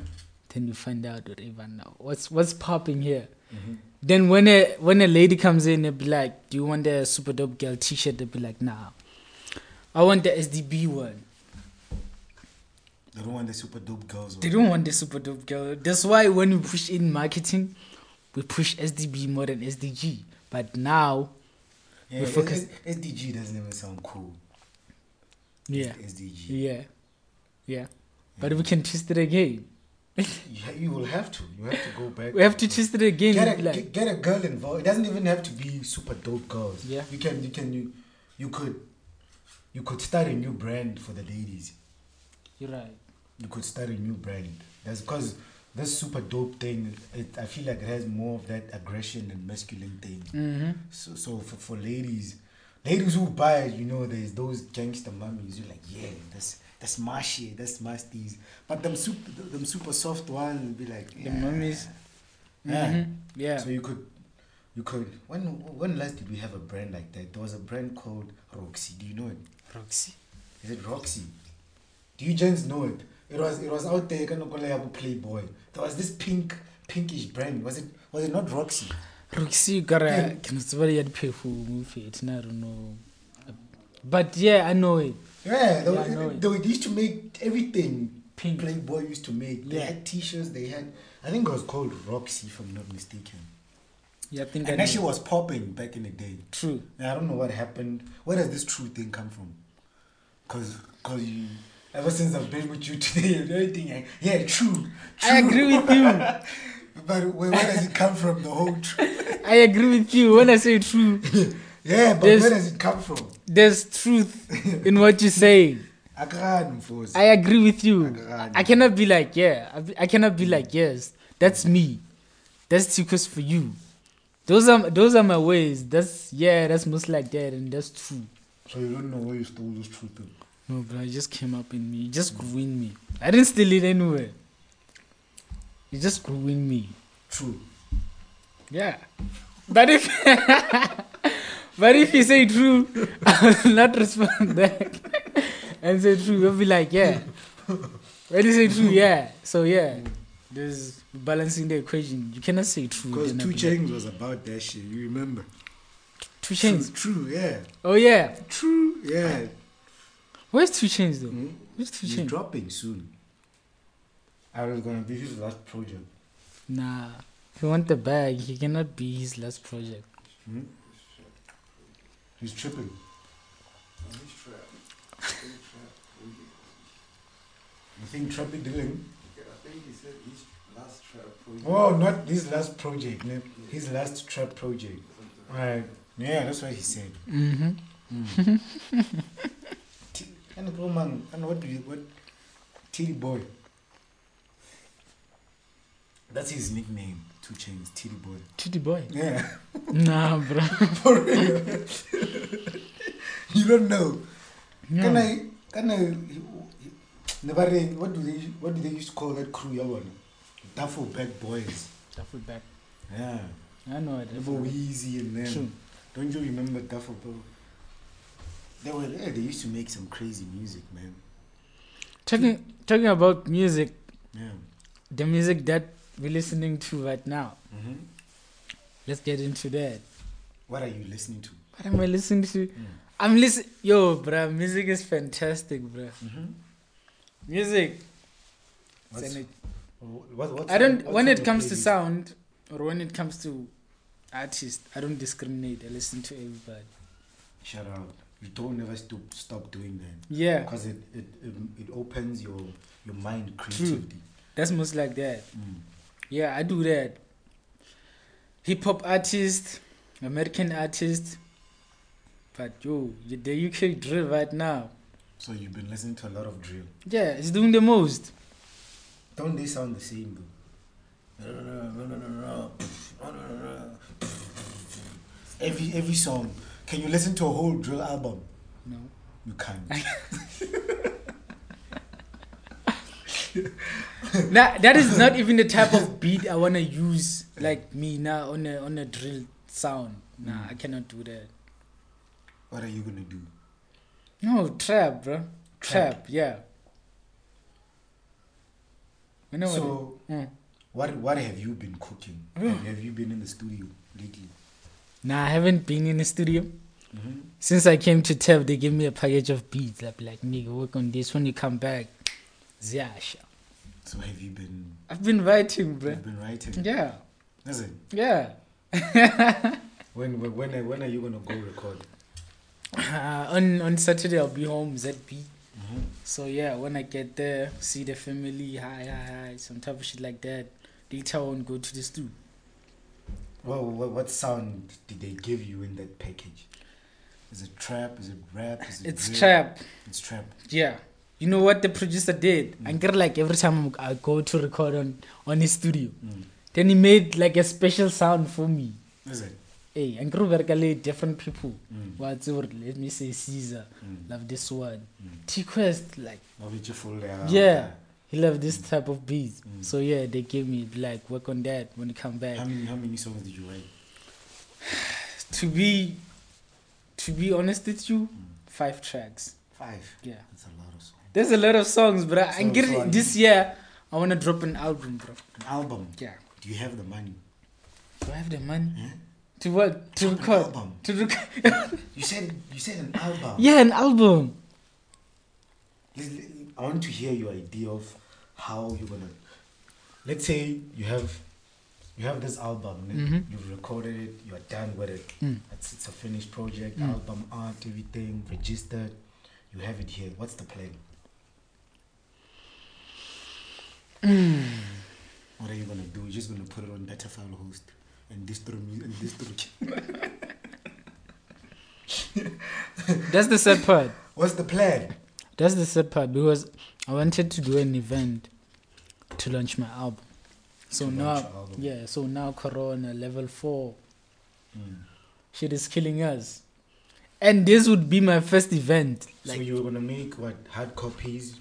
[SPEAKER 2] Then you find out or even now what's what's popping here. Then when a when a lady comes in, they'll be like, "Do you want the super dope girl T-shirt?" They'll be like, "Nah, I want the SDB one."
[SPEAKER 1] They don't want the super dope girls.
[SPEAKER 2] They don't want the super dope girl. That's why when we push in marketing, we push SDB more than SDG. But now,
[SPEAKER 1] yeah,
[SPEAKER 2] we
[SPEAKER 1] S-
[SPEAKER 2] focus-
[SPEAKER 1] S- SDG doesn't even sound cool.
[SPEAKER 2] yeah.
[SPEAKER 1] SDG.
[SPEAKER 2] Yeah. Yeah. But we can twist it again.
[SPEAKER 1] You, you will have to. You have to go back.
[SPEAKER 2] We have to twist it again.
[SPEAKER 1] get a,
[SPEAKER 2] like,
[SPEAKER 1] get, get a girl involved. It doesn't even have to be super dope girls.
[SPEAKER 2] Yeah.
[SPEAKER 1] You can you can you you could you could start a new brand for the ladies.
[SPEAKER 2] You're right.
[SPEAKER 1] You could start a new brand. That's because this super dope thing. It, I feel like it has more of that aggression and masculine thing.
[SPEAKER 2] Mm-hmm.
[SPEAKER 1] So, so for, for ladies, ladies who buy it, you know, there's those gangster mummies. You're like, yeah, that's that's my shit, that's my steez. But them super, them super soft ones will be like,
[SPEAKER 2] The
[SPEAKER 1] yeah.
[SPEAKER 2] mummies.
[SPEAKER 1] Yeah.
[SPEAKER 2] Mhm. Yeah.
[SPEAKER 1] So you could, you could. When when last did we have a brand like that? There was a brand called Roxy. Do you know it?
[SPEAKER 2] Roxy.
[SPEAKER 1] Is it Roxy? Do you gents know it? It was it was out there. Kind of like Playboy. There was this pink pinkish brand. Was it was it not Roxy?
[SPEAKER 2] Roxy, you gotta.
[SPEAKER 1] Yeah.
[SPEAKER 2] Can somebody had pay for movie? It's not, I don't know. But yeah, I know it.
[SPEAKER 1] Yeah, they,
[SPEAKER 2] Yeah,
[SPEAKER 1] were-
[SPEAKER 2] I know it.
[SPEAKER 1] they, were- they used to make everything
[SPEAKER 2] Pink.
[SPEAKER 1] Playboy used to make. They
[SPEAKER 2] Yeah.
[SPEAKER 1] had t-shirts, they had I think it was called Roxy if I'm not mistaken.
[SPEAKER 2] Yeah, I think
[SPEAKER 1] And
[SPEAKER 2] I
[SPEAKER 1] that shit
[SPEAKER 2] know.
[SPEAKER 1] was popping back in the day.
[SPEAKER 2] True.
[SPEAKER 1] And I don't know what happened. Where does this true thing come from? Cause, cause you ever since I've been with you today, everything I- yeah, true. true.
[SPEAKER 2] I agree with you.
[SPEAKER 1] But where, where does it come from? The whole truth.
[SPEAKER 2] I agree with you when I say true.
[SPEAKER 1] Yeah, but
[SPEAKER 2] There's-
[SPEAKER 1] where does it come from?
[SPEAKER 2] There's truth in what you say.
[SPEAKER 1] I can't force.
[SPEAKER 2] I agree with you.
[SPEAKER 1] I-
[SPEAKER 2] I, I cannot be like, yeah. I, be- I cannot be like, yes. That's me. That's Tikus for you. Those are those are my ways. That's yeah. That's most like that, and that's true.
[SPEAKER 1] So you don't know where you stole this truth from.
[SPEAKER 2] No, bro, it just came up in me. It just grew in me. I didn't steal it anywhere. It just grew in me.
[SPEAKER 1] True.
[SPEAKER 2] Yeah. But if but if you say true, I will not respond back and say true. You'll be like, yeah. When you say true, yeah. So yeah. There's balancing the equation. You cannot say true.
[SPEAKER 1] Because
[SPEAKER 2] then I'll
[SPEAKER 1] Two
[SPEAKER 2] be like,
[SPEAKER 1] Chains was about that shit. You remember?
[SPEAKER 2] two chains.
[SPEAKER 1] True, true, yeah.
[SPEAKER 2] Oh yeah.
[SPEAKER 1] True, yeah.
[SPEAKER 2] Where's two chains though?
[SPEAKER 1] Mm.
[SPEAKER 2] Where's two
[SPEAKER 1] He's
[SPEAKER 2] chains?
[SPEAKER 1] dropping soon. I was gonna be his last project.
[SPEAKER 2] Nah. If you want the bag, he cannot be his last project.
[SPEAKER 1] He's tripping. You think Trappy doing? Oh, not his last project, no. His last trap project. Right. Yeah, that's what he said.
[SPEAKER 2] Mm-hmm.
[SPEAKER 1] And go man, and what do you what? Tilly boy. That's his nickname. Two chains, Tilly boy.
[SPEAKER 2] Chitty boy.
[SPEAKER 1] Yeah,
[SPEAKER 2] Nah, bro.
[SPEAKER 1] for real. you don't know. Can
[SPEAKER 2] No.
[SPEAKER 1] I? Can I? Nobody. What do they? What do they used to call that crew? Yeah, one. Duffel bad boys.
[SPEAKER 2] Shuffle back.
[SPEAKER 1] Yeah.
[SPEAKER 2] I know it.
[SPEAKER 1] They were Weezy and them.
[SPEAKER 2] True.
[SPEAKER 1] Don't you remember Duffel Bro? They were. Yeah, they used to make some crazy music, man.
[SPEAKER 2] Talking talking about music,
[SPEAKER 1] Yeah.
[SPEAKER 2] the music that we're listening to right now.
[SPEAKER 1] Mhm.
[SPEAKER 2] Let's get into that.
[SPEAKER 1] What are you listening to?
[SPEAKER 2] What am I listening to?
[SPEAKER 1] Mm.
[SPEAKER 2] I'm listening. Yo, bruh, music is fantastic, bruh. Music. It's
[SPEAKER 1] What's-
[SPEAKER 2] an-
[SPEAKER 1] What, what's
[SPEAKER 2] I don't.
[SPEAKER 1] on- what's
[SPEAKER 2] When
[SPEAKER 1] on
[SPEAKER 2] it
[SPEAKER 1] your
[SPEAKER 2] comes to
[SPEAKER 1] playlist?
[SPEAKER 2] sound, or when it comes to artist, I don't discriminate. I listen to everybody.
[SPEAKER 1] Shout out. You don't never stop stop doing that
[SPEAKER 2] Yeah,
[SPEAKER 1] because it it, it it opens your your mind creatively.
[SPEAKER 2] that's most like that.
[SPEAKER 1] Mm.
[SPEAKER 2] Yeah, I do that. Hip hop artist, American artist. But yo, the UK drill right now.
[SPEAKER 1] So you've been listening to a lot of drill.
[SPEAKER 2] Yeah, it's doing the most.
[SPEAKER 1] Don't they sound the same though? Every every song. Can you listen to a whole drill album?
[SPEAKER 2] No.
[SPEAKER 1] You can't.
[SPEAKER 2] Nah, that is not even the type of beat I wanna use like me now on a on a drill sound. Nah, I cannot do that.
[SPEAKER 1] What are you gonna do?
[SPEAKER 2] No, trap, bro. Trap, yeah. You know what?
[SPEAKER 1] so
[SPEAKER 2] Mm.
[SPEAKER 1] what what have you been cooking? Have, have you been in the studio lately?
[SPEAKER 2] Nah, I haven't been in the studio. Mm-hmm. Since I came to TEF, they gave me a package of beats. I'd be like, nigga, work on this when you come back. Ziasha.
[SPEAKER 1] So have you been
[SPEAKER 2] I've been writing, bro.
[SPEAKER 1] you've been writing?
[SPEAKER 2] Yeah,
[SPEAKER 1] Listen,
[SPEAKER 2] yeah.
[SPEAKER 1] when when when are, when are you gonna go record?
[SPEAKER 2] Uh, on on Saturday, I'll be home, ZB. Mm-hmm.
[SPEAKER 1] Mhm.
[SPEAKER 2] So, yeah, when I get there, see the family, hi, hi, hi, some type of shit like that. Later on, go to the studio.
[SPEAKER 1] Well, what, what sound did they give you in that package? Is it trap? Is it rap? Is it
[SPEAKER 2] It's
[SPEAKER 1] drill?
[SPEAKER 2] trap.
[SPEAKER 1] It's trap.
[SPEAKER 2] Yeah. You know what the producer did?
[SPEAKER 1] Mm.
[SPEAKER 2] I get like every time I go to record on, on his studio,
[SPEAKER 1] Mm.
[SPEAKER 2] then he made like a special sound for me.
[SPEAKER 1] Is it?
[SPEAKER 2] Hey, and Gruberkale, different people.
[SPEAKER 1] Mm.
[SPEAKER 2] What's your, let me say Caesar,
[SPEAKER 1] Mm.
[SPEAKER 2] love this one.
[SPEAKER 1] Mm.
[SPEAKER 2] T Quest, like,
[SPEAKER 1] Obviously full, uh,
[SPEAKER 2] yeah, he love this type of beats.
[SPEAKER 1] Mm.
[SPEAKER 2] So, yeah, they gave me, like, work on that when you come back.
[SPEAKER 1] How many how many songs did you write?
[SPEAKER 2] to be, to be honest with you, five tracks.
[SPEAKER 1] Five.
[SPEAKER 2] Yeah.
[SPEAKER 1] That's a lot of songs.
[SPEAKER 2] There's a lot of songs, bro.
[SPEAKER 1] So-
[SPEAKER 2] and get
[SPEAKER 1] so I-
[SPEAKER 2] this year, I want to drop an album, bro.
[SPEAKER 1] An album.
[SPEAKER 2] Yeah.
[SPEAKER 1] Do you have the money?
[SPEAKER 2] Do I have the money?
[SPEAKER 1] Huh?
[SPEAKER 2] To what? To
[SPEAKER 1] Hmm? Drop an
[SPEAKER 2] record.
[SPEAKER 1] album.
[SPEAKER 2] To record.
[SPEAKER 1] You said you said an album.
[SPEAKER 2] yeah, an album.
[SPEAKER 1] Let's- let- I want to hear your idea of how you're gonna. Let's say you have you have this album. ne?
[SPEAKER 2] Mhm.
[SPEAKER 1] You've recorded it. You're done with it.
[SPEAKER 2] Mm.
[SPEAKER 1] It's, it's a finished project. Album art, everything registered. You have it here. What's the plan? What are you gonna do? You're just gonna put it on better file host and distro mu- and distro.
[SPEAKER 2] That's the sad part.
[SPEAKER 1] What's the plan?
[SPEAKER 2] That's the sad part because I wanted to do an event to launch my album. So
[SPEAKER 1] To
[SPEAKER 2] now,
[SPEAKER 1] launch your album.
[SPEAKER 2] yeah. So now, Corona level four
[SPEAKER 1] Mm.
[SPEAKER 2] shit is killing us, and this would be my first event. Like,
[SPEAKER 1] so you're gonna make what hard copies?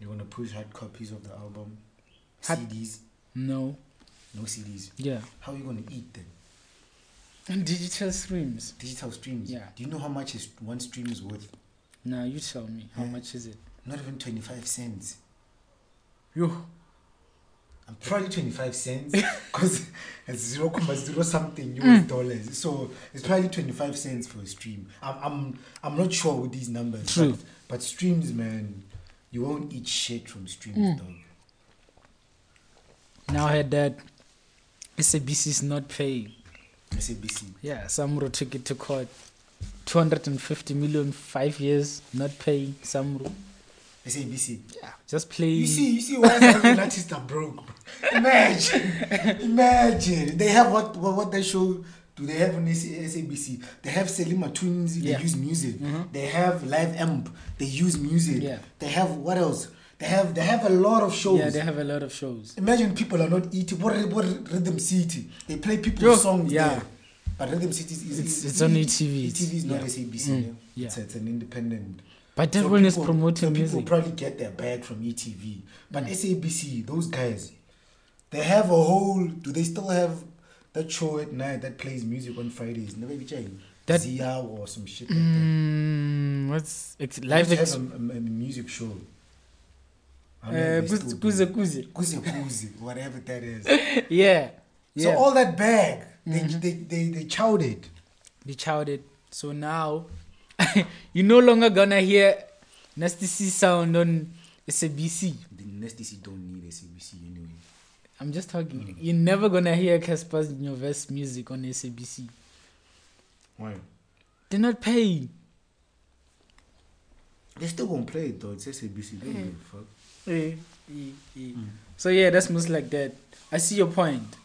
[SPEAKER 1] You're gonna push hard copies of the album,
[SPEAKER 2] Hard-
[SPEAKER 1] CDs,
[SPEAKER 2] no,
[SPEAKER 1] no CDs.
[SPEAKER 2] yeah,
[SPEAKER 1] How are you gonna eat them?
[SPEAKER 2] and digital streams.
[SPEAKER 1] Digital streams.
[SPEAKER 2] Yeah.
[SPEAKER 1] Do you know how much is one stream is worth?
[SPEAKER 2] Now you tell me, how
[SPEAKER 1] Yeah.
[SPEAKER 2] much is it?
[SPEAKER 1] Not even twenty five cents.
[SPEAKER 2] Yo,
[SPEAKER 1] I'm probably twenty five cents because it's zero comma zero something
[SPEAKER 2] Mm.
[SPEAKER 1] US dollars. So it's probably twenty five cents for a stream. I'm I'm I'm not sure with these numbers.
[SPEAKER 2] True.
[SPEAKER 1] But, but streams, man, you won't eat shit from streams,
[SPEAKER 2] Mm.
[SPEAKER 1] dog.
[SPEAKER 2] now I had that. SABC is not paying.
[SPEAKER 1] SABC.
[SPEAKER 2] Yeah, Samro took it to court. 250 million, five years, not paying Samro.
[SPEAKER 1] SABC.
[SPEAKER 2] Yeah, just playing.
[SPEAKER 1] You see, you see why South African artists are broke. bro. Imagine, imagine. They have what what, what they show. Do they have on SA- SABC? They have Selima Twins. They
[SPEAKER 2] Yeah. Mm-hmm.
[SPEAKER 1] use music. They have Live Amp. They use music.
[SPEAKER 2] Yeah.
[SPEAKER 1] They have what else? They have they have a lot of shows.
[SPEAKER 2] Yeah, they have a lot of shows.
[SPEAKER 1] Imagine people are not eating. What, what Rhythm City? They play people's
[SPEAKER 2] Yo,
[SPEAKER 1] songs
[SPEAKER 2] yeah.
[SPEAKER 1] there. But Rhythm City is, is
[SPEAKER 2] It's-
[SPEAKER 1] is-
[SPEAKER 2] it's on ETV.
[SPEAKER 1] ETV is not
[SPEAKER 2] Yeah.
[SPEAKER 1] SABC.
[SPEAKER 2] Mm,
[SPEAKER 1] yeah.
[SPEAKER 2] yeah.
[SPEAKER 1] It's, it's an independent.
[SPEAKER 2] But
[SPEAKER 1] So
[SPEAKER 2] everyone is
[SPEAKER 1] people-
[SPEAKER 2] promoting
[SPEAKER 1] so
[SPEAKER 2] music.
[SPEAKER 1] People probably get their bag from ETV, but SABC, those guys, they have a whole. Do they still have that show at night that plays music on Fridays? Never be changed.
[SPEAKER 2] That-
[SPEAKER 1] Zia or some shit like that.
[SPEAKER 2] mm, what's it's
[SPEAKER 1] They used
[SPEAKER 2] live?
[SPEAKER 1] to
[SPEAKER 2] Ex-
[SPEAKER 1] have a, a- a music show. I don't know
[SPEAKER 2] Uh,
[SPEAKER 1] if they
[SPEAKER 2] kuze
[SPEAKER 1] still do.
[SPEAKER 2] kuze kuze.
[SPEAKER 1] Kuzi kuzi, whatever that is.
[SPEAKER 2] Yeah.
[SPEAKER 1] So
[SPEAKER 2] yeah. Mm-hmm.
[SPEAKER 1] all that bag, they, they, they, they chowed it.
[SPEAKER 2] they chowed. So now you're no longer gonna hear nasty C sound on SABC.
[SPEAKER 1] The NSTC don't need a CBC anyway.
[SPEAKER 2] I'm just talking. You're never gonna hear Casper Nyovest music on SABC.
[SPEAKER 1] Why?
[SPEAKER 2] They're not paying.
[SPEAKER 1] They still gonna play it though. It's SABC. They
[SPEAKER 2] Mm-hmm.
[SPEAKER 1] don't give a fuck.
[SPEAKER 2] So yeah, that's most like that. I see your point.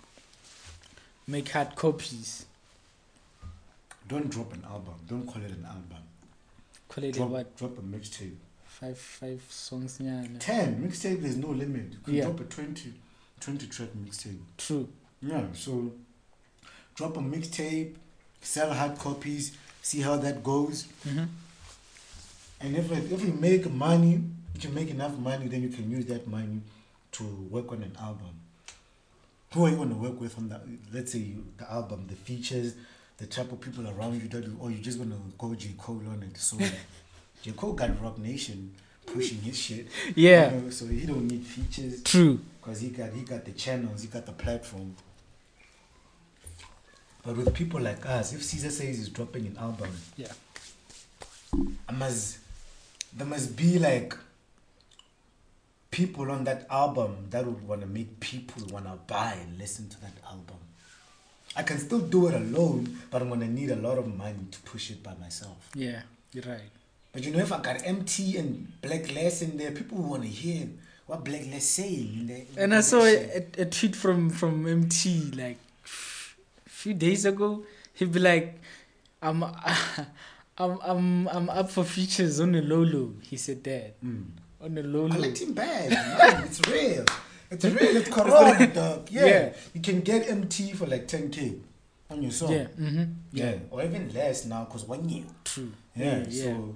[SPEAKER 2] Make hard copies.
[SPEAKER 1] Don't drop an album. Don't call it an album.
[SPEAKER 2] Call it a
[SPEAKER 1] Drop,
[SPEAKER 2] what?
[SPEAKER 1] drop a mixtape.
[SPEAKER 2] Five five songs. nyana.
[SPEAKER 1] Ten mixtape. There's no limit. You can
[SPEAKER 2] Yeah.
[SPEAKER 1] drop a 20, 20 track mixtape.
[SPEAKER 2] True.
[SPEAKER 1] Yeah. So drop a mixtape, sell hard copies, see how that goes.
[SPEAKER 2] Mhm.
[SPEAKER 1] And if if you make money, if you make enough money, then you can use that money to work on an album. Who are you going to work with on that? Let's say you, the album, the features, the type of people around you that you, or you're just going to go J Cole on it. So J Cole got Rock Nation pushing his shit.
[SPEAKER 2] Yeah.
[SPEAKER 1] You know, so he don't need features
[SPEAKER 2] True.
[SPEAKER 1] because he got he got the channels, he got the platform. But with people like us, if Caesar says he's dropping an album,
[SPEAKER 2] Yeah.
[SPEAKER 1] I must there must be like people on that album that would wanna make people wanna buy and listen to that album. I can still do it alone, but I'm gonna need a lot of money to push it by myself.
[SPEAKER 2] Yeah. You're right.
[SPEAKER 1] But you know, if I got MT and Black Less in there, people will wanna hear what Black Less saying. In the,
[SPEAKER 2] And I saw a, a tweet from from MT like a few days ago. He'd be like, "I'm I'm I'm I'm up for features on the Lolo." He said that
[SPEAKER 1] Mm.
[SPEAKER 2] on the Lolo.
[SPEAKER 1] I let him bad. man. It's real. It's real. It's corona, dog. Yeah.
[SPEAKER 2] Yeah.
[SPEAKER 1] You can get MT for like 10K on your song.
[SPEAKER 2] yeah. Mm-hmm.
[SPEAKER 1] Yeah. Or even less now because one year.
[SPEAKER 2] True.
[SPEAKER 1] Yeah.
[SPEAKER 2] Yeah, yeah.
[SPEAKER 1] So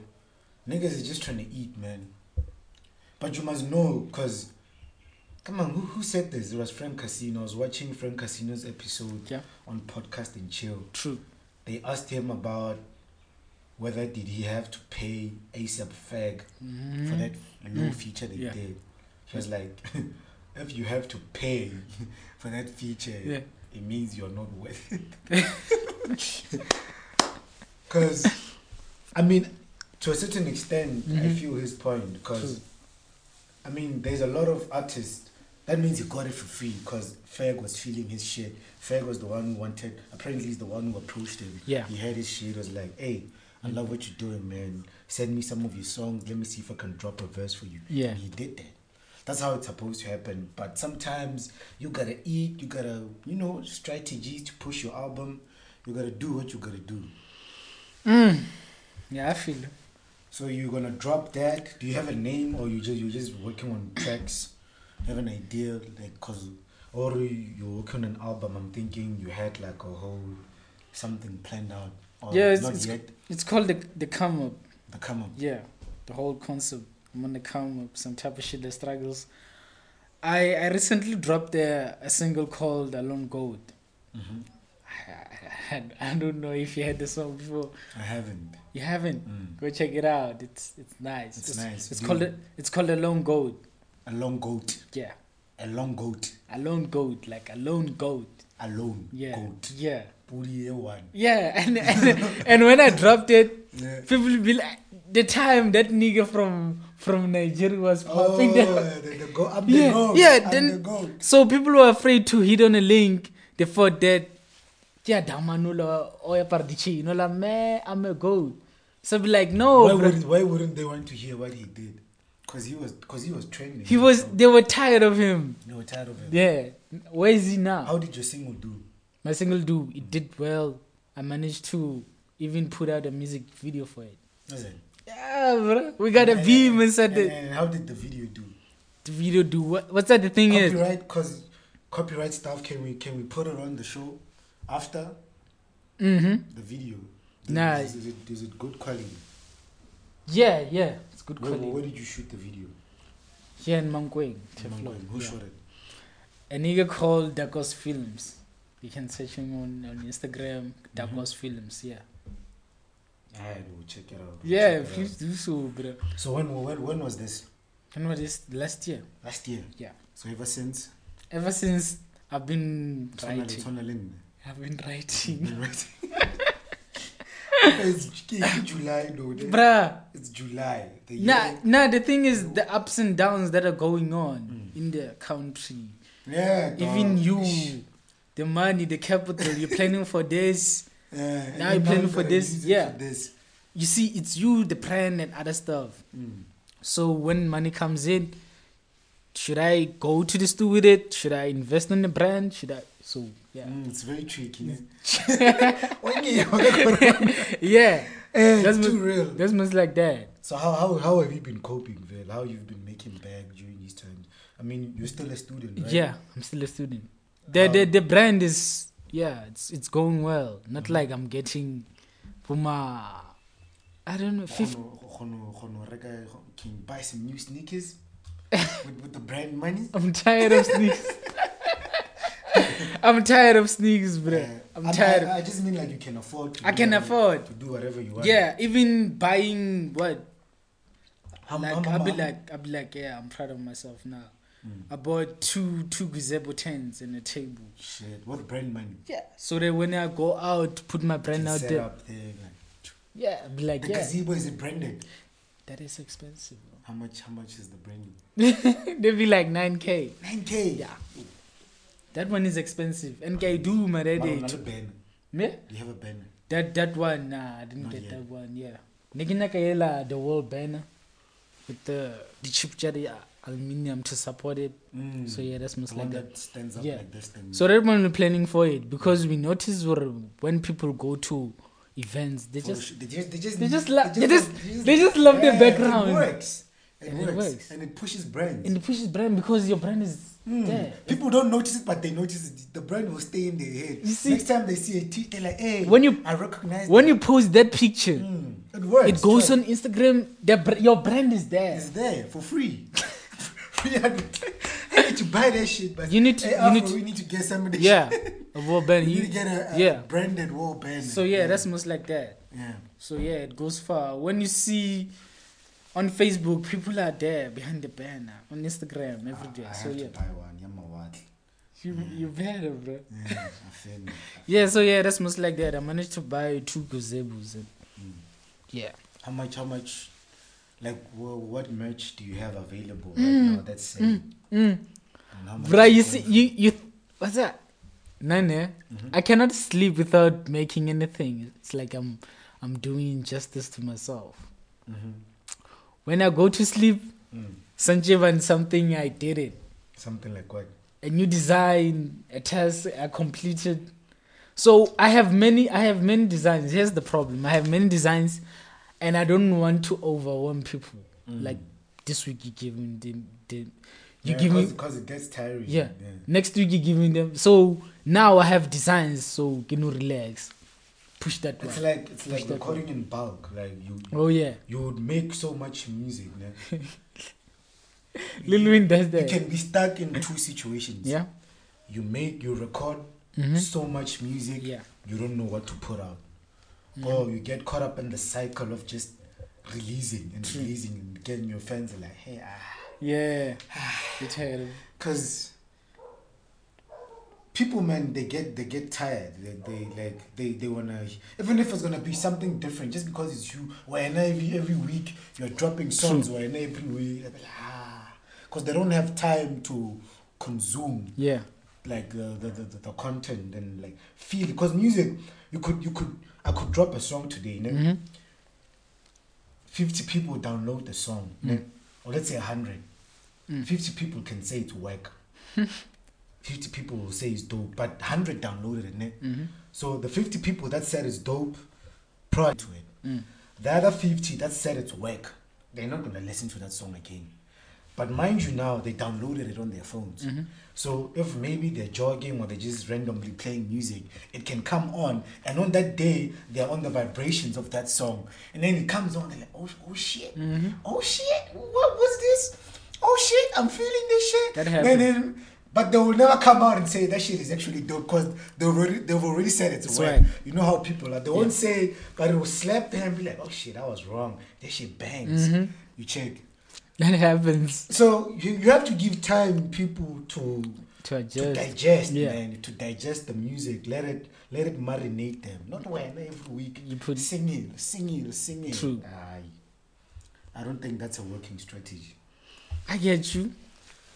[SPEAKER 1] niggas is just trying to eat, man. But you must know because, come on, who, who said this? It was Frank Casino. I was watching Frank Casino's episode
[SPEAKER 2] Yeah.
[SPEAKER 1] on Podcast and Chill.
[SPEAKER 2] True.
[SPEAKER 1] They asked him about whether did he have to pay ASAP Fag
[SPEAKER 2] Mm-hmm.
[SPEAKER 1] for that low feature they
[SPEAKER 2] Mm. Yeah.
[SPEAKER 1] did. He was like, if you have to pay for that feature,
[SPEAKER 2] Yeah.
[SPEAKER 1] it means you're not worth it. Because, I mean, to a certain extent, I feel his point. Because,
[SPEAKER 2] Mm-hmm. True.
[SPEAKER 1] I mean, there's a lot of artists. That means he got it for free because Ferg was feeling his shit. Ferg was the one who wanted, apparently, he's the one who approached him.
[SPEAKER 2] Yeah.
[SPEAKER 1] He had his shit, was like, hey, I love what you're doing, man. Send me some of your songs. Let me see if I can drop a verse for you.
[SPEAKER 2] Yeah.
[SPEAKER 1] And he did that. That's how it's supposed to happen. But sometimes you gotta eat, you gotta, you know, strategies to push your album. You gotta do what you gotta do.
[SPEAKER 2] Mm. Yeah, I feel. it.
[SPEAKER 1] So you're gonna drop that. Do you have a name, or you just you're just working on tracks? Have an idea, like cause, or you- you're working on an album. I'm thinking you had like a whole something planned out, or
[SPEAKER 2] Yeah, it's-
[SPEAKER 1] not
[SPEAKER 2] it's-
[SPEAKER 1] yet.
[SPEAKER 2] It's called the the come up.
[SPEAKER 1] The come up.
[SPEAKER 2] Yeah, the whole concept. I'm on the come up, some type of shit that struggles. I I recently dropped a, a single called Alone Gold.
[SPEAKER 1] Mhm.
[SPEAKER 2] I, I, I don't know if you heard the song before.
[SPEAKER 1] I haven't.
[SPEAKER 2] You haven't?
[SPEAKER 1] Mm.
[SPEAKER 2] Go check it out. It's it's nice.
[SPEAKER 1] It's nice.
[SPEAKER 2] It's
[SPEAKER 1] Do-
[SPEAKER 2] called a- it's called Alone Gold.
[SPEAKER 1] A long goat.
[SPEAKER 2] Yeah,
[SPEAKER 1] A long goat.
[SPEAKER 2] Alone Gold, like Alone Gold.
[SPEAKER 1] Alone
[SPEAKER 2] Yeah,
[SPEAKER 1] goat.
[SPEAKER 2] yeah,
[SPEAKER 1] Puri one.
[SPEAKER 2] yeah. And and, and when I dropped it,
[SPEAKER 1] Yeah.
[SPEAKER 2] people will be like, the time that nigga from from Nigeria was
[SPEAKER 1] Oh,
[SPEAKER 2] popping. down.
[SPEAKER 1] the, the goat. I'm the
[SPEAKER 2] Yeah,
[SPEAKER 1] goat.
[SPEAKER 2] yeah,
[SPEAKER 1] I'm
[SPEAKER 2] then-
[SPEAKER 1] the goat.
[SPEAKER 2] So people were afraid to hit on a link. They thought that, yeah, Damanula or Pardichino, la me, I'm a goat. So be like,
[SPEAKER 1] Why
[SPEAKER 2] no, Oh, bro.
[SPEAKER 1] wouldn't, why wouldn't they want to hear what he did? Cause he was, cause he was trending.
[SPEAKER 2] He was. They were tired of him.
[SPEAKER 1] They were tired of him.
[SPEAKER 2] Yeah. Where is he now?
[SPEAKER 1] How did your single do?
[SPEAKER 2] My single do it did well. I managed to even put out a music video for it.
[SPEAKER 1] Is it?
[SPEAKER 2] Yeah, bro. We got a
[SPEAKER 1] And-
[SPEAKER 2] beam
[SPEAKER 1] and- and-
[SPEAKER 2] inside the,
[SPEAKER 1] And how did the video do?
[SPEAKER 2] the video. Do what? What's that? The thing is,
[SPEAKER 1] Copyright, cause copyright stuff. Can we can we put it on the show after
[SPEAKER 2] mm-hmm.
[SPEAKER 1] the video?
[SPEAKER 2] Nah.
[SPEAKER 1] Is, is it is it good quality?
[SPEAKER 2] Yeah, yeah. It's good
[SPEAKER 1] Where,
[SPEAKER 2] quality.
[SPEAKER 1] where did you shoot the video?
[SPEAKER 2] Here in Mankweng,
[SPEAKER 1] Mangoeng.
[SPEAKER 2] Teflon.
[SPEAKER 1] Who
[SPEAKER 2] yeah.
[SPEAKER 1] shot it?
[SPEAKER 2] a nigga called Dagos Films. You can search him on, on Instagram, Dagos Films, yeah.
[SPEAKER 1] Alright, we'll check it out. We'll
[SPEAKER 2] Yeah,
[SPEAKER 1] check it
[SPEAKER 2] please do so, bro.
[SPEAKER 1] out. So when when when was this?
[SPEAKER 2] you know this last year
[SPEAKER 1] last year.
[SPEAKER 2] yeah
[SPEAKER 1] So ever since,
[SPEAKER 2] ever since i've been
[SPEAKER 1] it's on- it's
[SPEAKER 2] writing
[SPEAKER 1] on a limb.
[SPEAKER 2] i've been writing
[SPEAKER 1] Right. it's it's July, dude.
[SPEAKER 2] bruh
[SPEAKER 1] It's July. The
[SPEAKER 2] nah
[SPEAKER 1] year-
[SPEAKER 2] nah the thing is the ups and downs that are going on in the country
[SPEAKER 1] Yeah.
[SPEAKER 2] even
[SPEAKER 1] dog.
[SPEAKER 2] you the money the capital you're planning for this
[SPEAKER 1] Yeah, and
[SPEAKER 2] Now you're
[SPEAKER 1] then
[SPEAKER 2] planning
[SPEAKER 1] Eh, you
[SPEAKER 2] for
[SPEAKER 1] gotta
[SPEAKER 2] this,
[SPEAKER 1] use it
[SPEAKER 2] yeah.
[SPEAKER 1] for this.
[SPEAKER 2] you see it's you the plan and other stuff
[SPEAKER 1] Mm.
[SPEAKER 2] so when money comes in should i go to the store with it should i invest in the brand should i so yeah
[SPEAKER 1] Mm, it's very tricky. eh? ne?
[SPEAKER 2] yeah
[SPEAKER 1] Eh,
[SPEAKER 2] That's
[SPEAKER 1] it's
[SPEAKER 2] what-
[SPEAKER 1] too real.
[SPEAKER 2] that's much like that
[SPEAKER 1] So how, how how have you been coping, Vel? How you've been making back during these times? I mean, you're still a student, right?
[SPEAKER 2] yeah i'm still a student the, the the brand is yeah it's it's going well not
[SPEAKER 1] Mm-hmm.
[SPEAKER 2] like i'm getting from uh
[SPEAKER 1] Oh,
[SPEAKER 2] i don't know 50
[SPEAKER 1] Gono- gono- gono reka- Can you buy some new sneakers with, with the brand money?
[SPEAKER 2] i'm tired of sneaks i'm tired of sneaks bro
[SPEAKER 1] Uh,
[SPEAKER 2] i'm tired
[SPEAKER 1] I, I just mean like you can afford. To
[SPEAKER 2] I
[SPEAKER 1] do
[SPEAKER 2] can
[SPEAKER 1] whatever-
[SPEAKER 2] afford.
[SPEAKER 1] to do whatever you want.
[SPEAKER 2] yeah even buying what
[SPEAKER 1] How,
[SPEAKER 2] like
[SPEAKER 1] how-
[SPEAKER 2] I'll be
[SPEAKER 1] how-
[SPEAKER 2] like I'll be like yeah I'm proud of myself now.
[SPEAKER 1] Mm.
[SPEAKER 2] I bought two two gazebo tents and a table.
[SPEAKER 1] Shit, what brand money?
[SPEAKER 2] Yeah. So that when I go out, put my
[SPEAKER 1] You
[SPEAKER 2] brand
[SPEAKER 1] can
[SPEAKER 2] out
[SPEAKER 1] set
[SPEAKER 2] there.
[SPEAKER 1] up there, like-
[SPEAKER 2] Yeah. I'll be like
[SPEAKER 1] The
[SPEAKER 2] yeah.
[SPEAKER 1] gazebo is it branded?
[SPEAKER 2] That is expensive. bro.
[SPEAKER 1] How much? How much is the branding?
[SPEAKER 2] They'll be like nine k.
[SPEAKER 1] Nine k.
[SPEAKER 2] Yeah. That one is expensive. And I do my ready.
[SPEAKER 1] Another banner.
[SPEAKER 2] Me?
[SPEAKER 1] Do you have a banner?
[SPEAKER 2] That that one nah I didn't
[SPEAKER 1] Not
[SPEAKER 2] get
[SPEAKER 1] yet.
[SPEAKER 2] that one yeah. Nikina Kayela the world banner with the the cheap cherry aluminium to support it.
[SPEAKER 1] Mm.
[SPEAKER 2] So yeah, that's
[SPEAKER 1] The
[SPEAKER 2] most
[SPEAKER 1] one
[SPEAKER 2] like that.
[SPEAKER 1] that stands up
[SPEAKER 2] Yeah.
[SPEAKER 1] like this thing.
[SPEAKER 2] So that one we're planning for it because we notice where- when people go to events, they
[SPEAKER 1] For
[SPEAKER 2] just
[SPEAKER 1] sh- they just they just
[SPEAKER 2] they just la- they just-
[SPEAKER 1] love-
[SPEAKER 2] they just love the background.
[SPEAKER 1] It works. It,
[SPEAKER 2] And it
[SPEAKER 1] works.
[SPEAKER 2] works.
[SPEAKER 1] and it pushes brands.
[SPEAKER 2] and it pushes brand because your brand is
[SPEAKER 1] Mm.
[SPEAKER 2] there.
[SPEAKER 1] People don't notice it, but they notice it. The brand will stay in their head.
[SPEAKER 2] You see-
[SPEAKER 1] Next time they see a tweet, they're like, "Hey,
[SPEAKER 2] When you-
[SPEAKER 1] I recognize
[SPEAKER 2] When
[SPEAKER 1] that."
[SPEAKER 2] you post that picture,
[SPEAKER 1] Mm. it works.
[SPEAKER 2] it goes
[SPEAKER 1] trust.
[SPEAKER 2] on Instagram. The br- your brand is there.
[SPEAKER 1] It's there for free. free advert. I need to buy that shit, but
[SPEAKER 2] You need to-
[SPEAKER 1] Hey,
[SPEAKER 2] you
[SPEAKER 1] Afro,
[SPEAKER 2] need to-
[SPEAKER 1] we need to get some of this.
[SPEAKER 2] Yeah,
[SPEAKER 1] shit.
[SPEAKER 2] a wall brand.
[SPEAKER 1] we need
[SPEAKER 2] You,
[SPEAKER 1] to get a, a
[SPEAKER 2] yeah.
[SPEAKER 1] branded wall banner.
[SPEAKER 2] So yeah, that's most like that.
[SPEAKER 1] yeah.
[SPEAKER 2] So yeah, it goes far. When you see on Facebook, people are there behind the banner. On Instagram, everywhere.
[SPEAKER 1] Ah, I
[SPEAKER 2] So
[SPEAKER 1] have
[SPEAKER 2] yeah,
[SPEAKER 1] to buy one. Yeah, my wallet.
[SPEAKER 2] you you better, bro.
[SPEAKER 1] Yeah, I feel you.
[SPEAKER 2] Yeah, so yeah, that's most like that. I managed to buy two gazebos and yeah.
[SPEAKER 1] How much? How much? Like, wha- what merch do you have available right now? That's
[SPEAKER 2] Mm,
[SPEAKER 1] selling?
[SPEAKER 2] mm.
[SPEAKER 1] And how much
[SPEAKER 2] Bruh, you
[SPEAKER 1] is
[SPEAKER 2] see,
[SPEAKER 1] going-
[SPEAKER 2] you you what's that? None, eh? I cannot sleep without making anything. It's like I'm I'm doing injustice to myself.
[SPEAKER 1] Mhm.
[SPEAKER 2] When I go to sleep,
[SPEAKER 1] Mm.
[SPEAKER 2] Sanjeevan something I did it.
[SPEAKER 1] something like what?
[SPEAKER 2] A new design, a test I completed. So I have many I have many designs. Here's the problem. I have many designs and I don't want to overwhelm people.
[SPEAKER 1] Mm.
[SPEAKER 2] Like this week you give me the, the you give me
[SPEAKER 1] because it gets tiring.
[SPEAKER 2] yeah. Next week you're giving them. So now I have designs, so you know, relax. Push that
[SPEAKER 1] It's
[SPEAKER 2] one.
[SPEAKER 1] like it's like
[SPEAKER 2] Push that
[SPEAKER 1] recording in bulk. Like you,
[SPEAKER 2] oh yeah,
[SPEAKER 1] you would make so much music. ne?
[SPEAKER 2] Lil Wayne does
[SPEAKER 1] You
[SPEAKER 2] that.
[SPEAKER 1] can be stuck in two situations.
[SPEAKER 2] yeah,
[SPEAKER 1] You make, you record so much music.
[SPEAKER 2] Yeah.
[SPEAKER 1] You don't know what to put out. Or you get caught up in the cycle of just releasing and releasing and getting your fans are like, hey, ah.
[SPEAKER 2] yeah. You're tired. of-
[SPEAKER 1] because people man they get they get tired they, they like they they wanna even if it's gonna be something different just because it's you when every every week you're dropping songs when every week because they don't have time to consume
[SPEAKER 2] Yeah,
[SPEAKER 1] like the the, the, the, the content and like feel because music you could you could I could drop a song today ne? 50 people download the song ne? or let's say 100 50 people can say it's work 50 people will say it's dope but 100 downloaded it ne? so the 50 people that said it's dope prior to it the other 50 that said it's work they're not gonna listen to that song again but mind you now, they downloaded it on their phones. So if maybe they're jogging or they're just randomly playing music, it can come on. And on that day, they're on the vibrations of that song. And then it comes on, they're like, oh, oh shit. Oh shit. What was this? Oh shit. I'm feeling this shit.
[SPEAKER 2] That
[SPEAKER 1] And
[SPEAKER 2] happens.
[SPEAKER 1] then- but they will never come out and say that shit is actually dope because they already, they've already said it's,
[SPEAKER 2] It's
[SPEAKER 1] whack.
[SPEAKER 2] whack.
[SPEAKER 1] You know how people are. They won't say
[SPEAKER 2] Mm-hmm.
[SPEAKER 1] it, but it will slap them and be like, oh shit, I was wrong. That shit bangs. You check.
[SPEAKER 2] That happens
[SPEAKER 1] So you, you have to give time people to
[SPEAKER 2] to
[SPEAKER 1] to
[SPEAKER 2] adjust.
[SPEAKER 1] digest,
[SPEAKER 2] Yeah.
[SPEAKER 1] man, to digest the music. Let it let it marinate them. Not when every week
[SPEAKER 2] You put-
[SPEAKER 1] sing it, sing it, sing it.
[SPEAKER 2] True.
[SPEAKER 1] Aye. I don't think that's a working strategy.
[SPEAKER 2] I get you.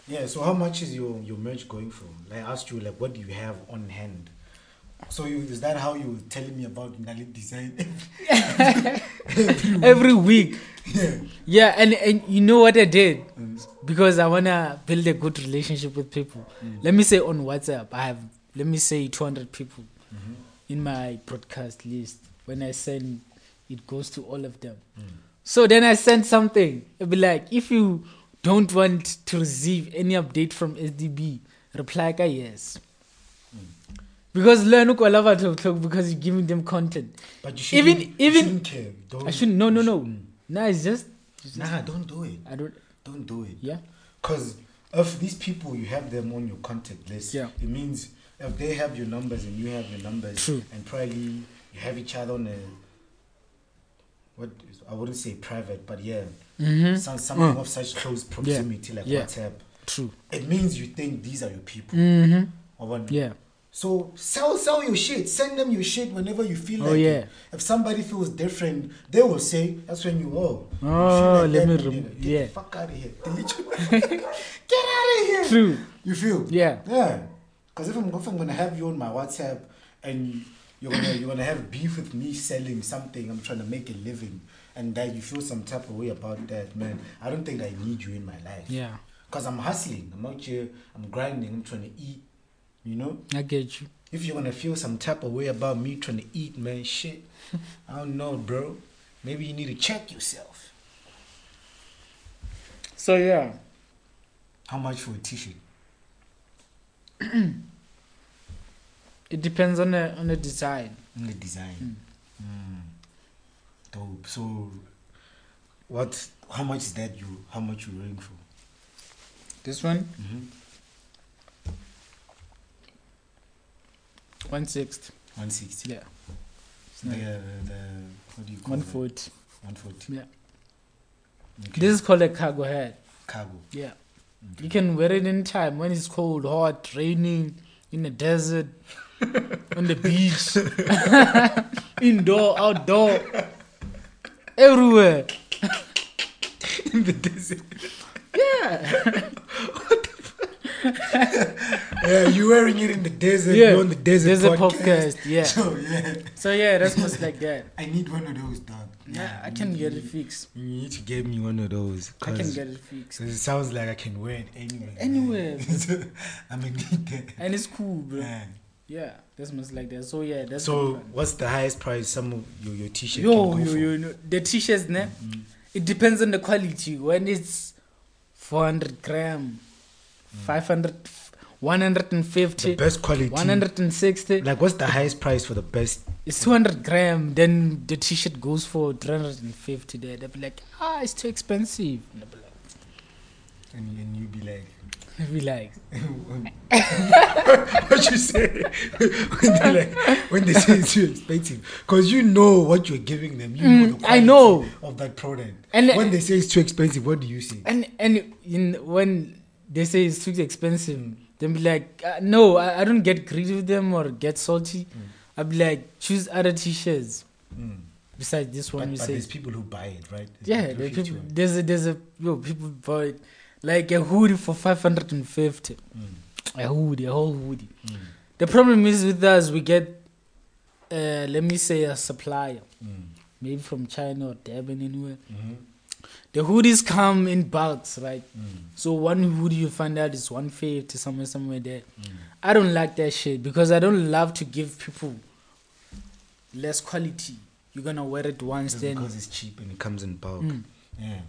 [SPEAKER 1] Yeah, so how much is your, your merch going for? Like, I asked you, like, what do you have on hand? So you, is that how you were telling me about Nalit design?
[SPEAKER 2] every week. Yeah, and, and you know what I did? Because I wanna build a good relationship with people. Let me say on WhatsApp, I have let me say 200 people in my broadcast list. When I send, it goes to all of them. So then I send something. It'll be like, if you don't want to receive any update from SDB, reply ka yes. Because learn because you're giving them content.
[SPEAKER 1] But you
[SPEAKER 2] Even-
[SPEAKER 1] shouldn't, you
[SPEAKER 2] even-
[SPEAKER 1] shouldn't care. Don't,
[SPEAKER 2] I shouldn't. No, no, no. Nah, it's just.
[SPEAKER 1] Nah, don't do it.
[SPEAKER 2] I don't.
[SPEAKER 1] Don't do it.
[SPEAKER 2] Yeah.
[SPEAKER 1] Because if these people, you have them on your contact list,
[SPEAKER 2] Yeah.
[SPEAKER 1] it means if they have your numbers and you have your numbers,
[SPEAKER 2] True.
[SPEAKER 1] and probably you have each other on a, what, is, I wouldn't say private, but yeah, some, something of such close proximity like
[SPEAKER 2] Mm-hmm. Mm. Yeah.
[SPEAKER 1] WhatsApp.
[SPEAKER 2] True.
[SPEAKER 1] It means you think these are your people.
[SPEAKER 2] Mm-hmm.
[SPEAKER 1] Or what-
[SPEAKER 2] Yeah.
[SPEAKER 1] So sell sell your shit. Send them your shit whenever you feel
[SPEAKER 2] Oh,
[SPEAKER 1] like
[SPEAKER 2] yeah.
[SPEAKER 1] it. If somebody feels different, they will say, that's when you oh. you feel
[SPEAKER 2] Oh, let me
[SPEAKER 1] that,
[SPEAKER 2] rem-
[SPEAKER 1] nigga, Get
[SPEAKER 2] yeah.
[SPEAKER 1] the fuck out of here. Delete your- Get out of here.
[SPEAKER 2] True.
[SPEAKER 1] You feel?
[SPEAKER 2] Yeah.
[SPEAKER 1] Yeah. Because if I'm, if I'm gonna have you on my WhatsApp and you're gonna you're gonna have beef with me selling something, I'm trying to make a living, and that you feel some type of way about that, man. I don't think I need you in my life.
[SPEAKER 2] Yeah.
[SPEAKER 1] Because I'm hustling. I'm out here. I'm grinding. I'm trying to eat. You know.
[SPEAKER 2] I get you.
[SPEAKER 1] If you're gonna feel some type of way about me trying to eat, man, shit. I don't know, bro. Maybe you need to check yourself.
[SPEAKER 2] So yeah.
[SPEAKER 1] How much for a t-shirt?
[SPEAKER 2] It depends on the on the design.
[SPEAKER 1] in the design. Mm. Dope. So, what? How much is that you? How much you wearing for?
[SPEAKER 2] This one,
[SPEAKER 1] Mm-hmm.
[SPEAKER 2] one sixth.
[SPEAKER 1] One sixty.
[SPEAKER 2] Yeah.
[SPEAKER 1] The, the what do you call
[SPEAKER 2] One foot.
[SPEAKER 1] One forty.
[SPEAKER 2] Yeah.
[SPEAKER 1] Okay.
[SPEAKER 2] This is called a cargo hat.
[SPEAKER 1] cargo.
[SPEAKER 2] Yeah.
[SPEAKER 1] Okay.
[SPEAKER 2] You can wear it anytime when it's cold, hot, raining, in the desert, on the beach, indoor, outdoor, everywhere.
[SPEAKER 1] in the desert. Yeah. yeah, you wearing it in the desert.
[SPEAKER 2] Yeah.
[SPEAKER 1] You're on the desert.
[SPEAKER 2] There's a
[SPEAKER 1] podcast.
[SPEAKER 2] podcast. Yeah.
[SPEAKER 1] So yeah,
[SPEAKER 2] So yeah, that's much like that.
[SPEAKER 1] I need one of those, dog.
[SPEAKER 2] Yeah, I can get it fixed.
[SPEAKER 1] You need to get me one of those.
[SPEAKER 2] I can
[SPEAKER 1] 'cause-
[SPEAKER 2] get it fixed.
[SPEAKER 1] So it sounds like I can wear it anywhere.
[SPEAKER 2] Anywhere.
[SPEAKER 1] I'm gonna need that.
[SPEAKER 2] And it's cool, bro.
[SPEAKER 1] Yeah.
[SPEAKER 2] Yeah, that's much like that. So yeah, that's
[SPEAKER 1] So
[SPEAKER 2] different.
[SPEAKER 1] what's the highest price some of your, your t-shirt can
[SPEAKER 2] yo,
[SPEAKER 1] go
[SPEAKER 2] yo,
[SPEAKER 1] for?
[SPEAKER 2] yo, no. the t-shirts, ne?
[SPEAKER 1] Mm-hmm.
[SPEAKER 2] It depends on the quality. When it's 400 gram, 500, 150,
[SPEAKER 1] Mm. The best quality.
[SPEAKER 2] 160,
[SPEAKER 1] Like what's the highest price for the best?
[SPEAKER 2] it's 200 gram. Then the t-shirt goes for 350. There, they'll be like, ah, it's too expensive. And I'll be like-
[SPEAKER 1] And, and you be like,
[SPEAKER 2] I'll be like,
[SPEAKER 1] what you say? when, they like, when they say it's too expensive, because you know what you're giving them. You know
[SPEAKER 2] Mm, I know.
[SPEAKER 1] of that product.
[SPEAKER 2] And-
[SPEAKER 1] when they say it's too expensive, what do you say?
[SPEAKER 2] and and in, when they say it's too expensive, then be like, uh, no, I, I don't get greedy with them or get salty. I'll be like, choose other t-shirts
[SPEAKER 1] Mm.
[SPEAKER 2] besides this one.
[SPEAKER 1] But,
[SPEAKER 2] we
[SPEAKER 1] but
[SPEAKER 2] say,
[SPEAKER 1] there's people who buy it, right? There's
[SPEAKER 2] yeah, there are people, there's a there's a yo people buy it. like a hoodie for five hundred and fifty, a hoodie, a whole hoodie.
[SPEAKER 1] Mm.
[SPEAKER 2] The problem is with us, we get, uh, let me say, a supplier,
[SPEAKER 1] mm,
[SPEAKER 2] maybe from China or Durban anywhere.
[SPEAKER 1] hmm
[SPEAKER 2] The hoodies come in bulks, right? So one hoodie you find out is 150 somewhere somewhere there. I don't like that shit because I don't love to give people less quality. You're gonna wear it once,
[SPEAKER 1] Just
[SPEAKER 2] then
[SPEAKER 1] because it's cheap and it comes in bulk.
[SPEAKER 2] Mm.
[SPEAKER 1] Yeah.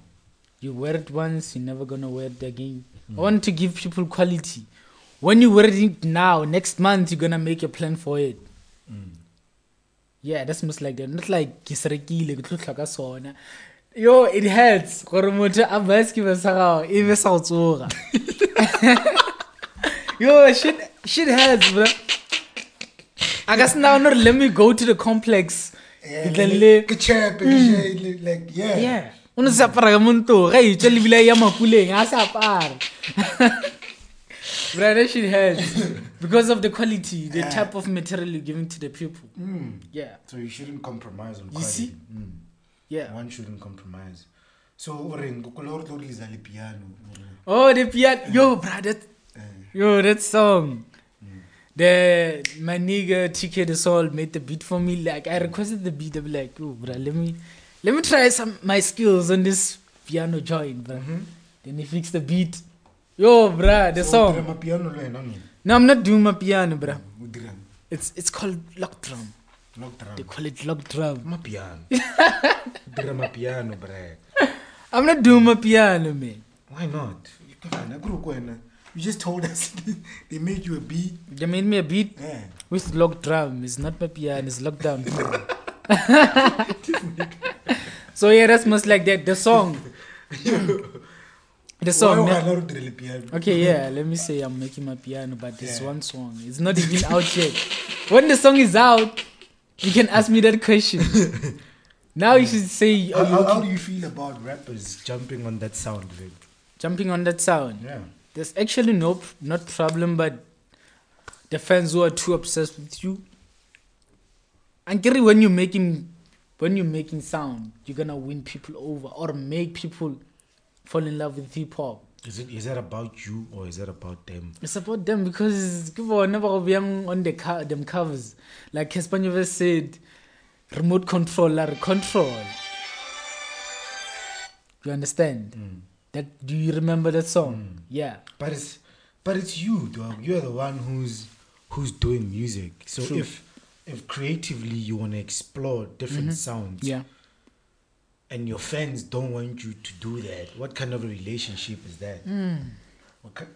[SPEAKER 2] you wear it once, you're never gonna wear it again. I want to give people quality. When you wear it now, next month you're gonna make a plan for it. Hmm. Yeah, that's most like that. Not like ke se rekile, ke tlo hloka sona. Yo, it hurts. gore motho a buy skiba sa gago, e be sa go tsoga. Yo, shit, shit hurts, bro. I guess now, not let me go to the complex.
[SPEAKER 1] Yeah,
[SPEAKER 2] Ke tla
[SPEAKER 1] like,
[SPEAKER 2] le-
[SPEAKER 1] ke chirp and shit, like, yeah.
[SPEAKER 2] Mm. Yeah. o ne se apara ka mo ntlo ga itswa lebile ya makuleng ga se apara but I know she has because of the quality the type of material you're giving to the people yeah
[SPEAKER 1] Mm. So you shouldn't compromise on
[SPEAKER 2] You
[SPEAKER 1] quality.
[SPEAKER 2] see?
[SPEAKER 1] Mm.
[SPEAKER 2] yeah
[SPEAKER 1] One shouldn't compromise. So oren kukolor loriza le piano. ore,
[SPEAKER 2] oh the piano yo brother
[SPEAKER 1] eh,
[SPEAKER 2] Yo, that song. The my nigga TK the Soul made the beat for me. Like I requested the beat. I'm like, oh, bro, let me let me try some my skills on this piano joint, bro. Then he fixed the beat. Yo, bro, the
[SPEAKER 1] so o dira
[SPEAKER 2] song.
[SPEAKER 1] mapiano le wena, Mimi?
[SPEAKER 2] No, I'm not doing my piano, bro.
[SPEAKER 1] O dirang?
[SPEAKER 2] It's it's called lock drum.
[SPEAKER 1] Lock drum.
[SPEAKER 2] They call it lock drum.
[SPEAKER 1] Mapiano. Dira mapiano, bruh.
[SPEAKER 2] I'm not doing my piano, man.
[SPEAKER 1] Why not? You can't. I grew up when, uh, You just told us they made you a beat. eh.
[SPEAKER 2] They made me a beat
[SPEAKER 1] Yeah.
[SPEAKER 2] with lock drum. It's not my piano. It's lock down. so yeah, that's most like that. The song. the song.
[SPEAKER 1] Why
[SPEAKER 2] na-
[SPEAKER 1] are you piano?
[SPEAKER 2] Okay, yeah. Let me say I'm making my piano, but this
[SPEAKER 1] Yeah.
[SPEAKER 2] one song it's not even out yet. When the song is out, you can ask me that question. Now you should say,
[SPEAKER 1] How,
[SPEAKER 2] "Are you
[SPEAKER 1] how, how
[SPEAKER 2] okay?"
[SPEAKER 1] do you feel about rappers jumping on that sound, babe?
[SPEAKER 2] jumping on that sound?"
[SPEAKER 1] Yeah.
[SPEAKER 2] There's actually no p- not problem, but the fans who are too obsessed with you. And Gary, when you're making when you're making sound, you're gonna win people over or make people fall in love with hip hop.
[SPEAKER 3] Is it is that about you or is that about them?
[SPEAKER 2] I support them because people never on the car, them covers. Like Espanola said, remote controller control. You understand? That do you remember that song? Yeah.
[SPEAKER 3] But it's but it's you, dog. You're the one who's who's doing music. So
[SPEAKER 2] True.
[SPEAKER 3] if if creatively you want to explore different sounds,
[SPEAKER 2] Mm-hmm. Yeah.
[SPEAKER 3] and your fans don't want you to do that, what kind of a relationship is that?
[SPEAKER 2] Mm.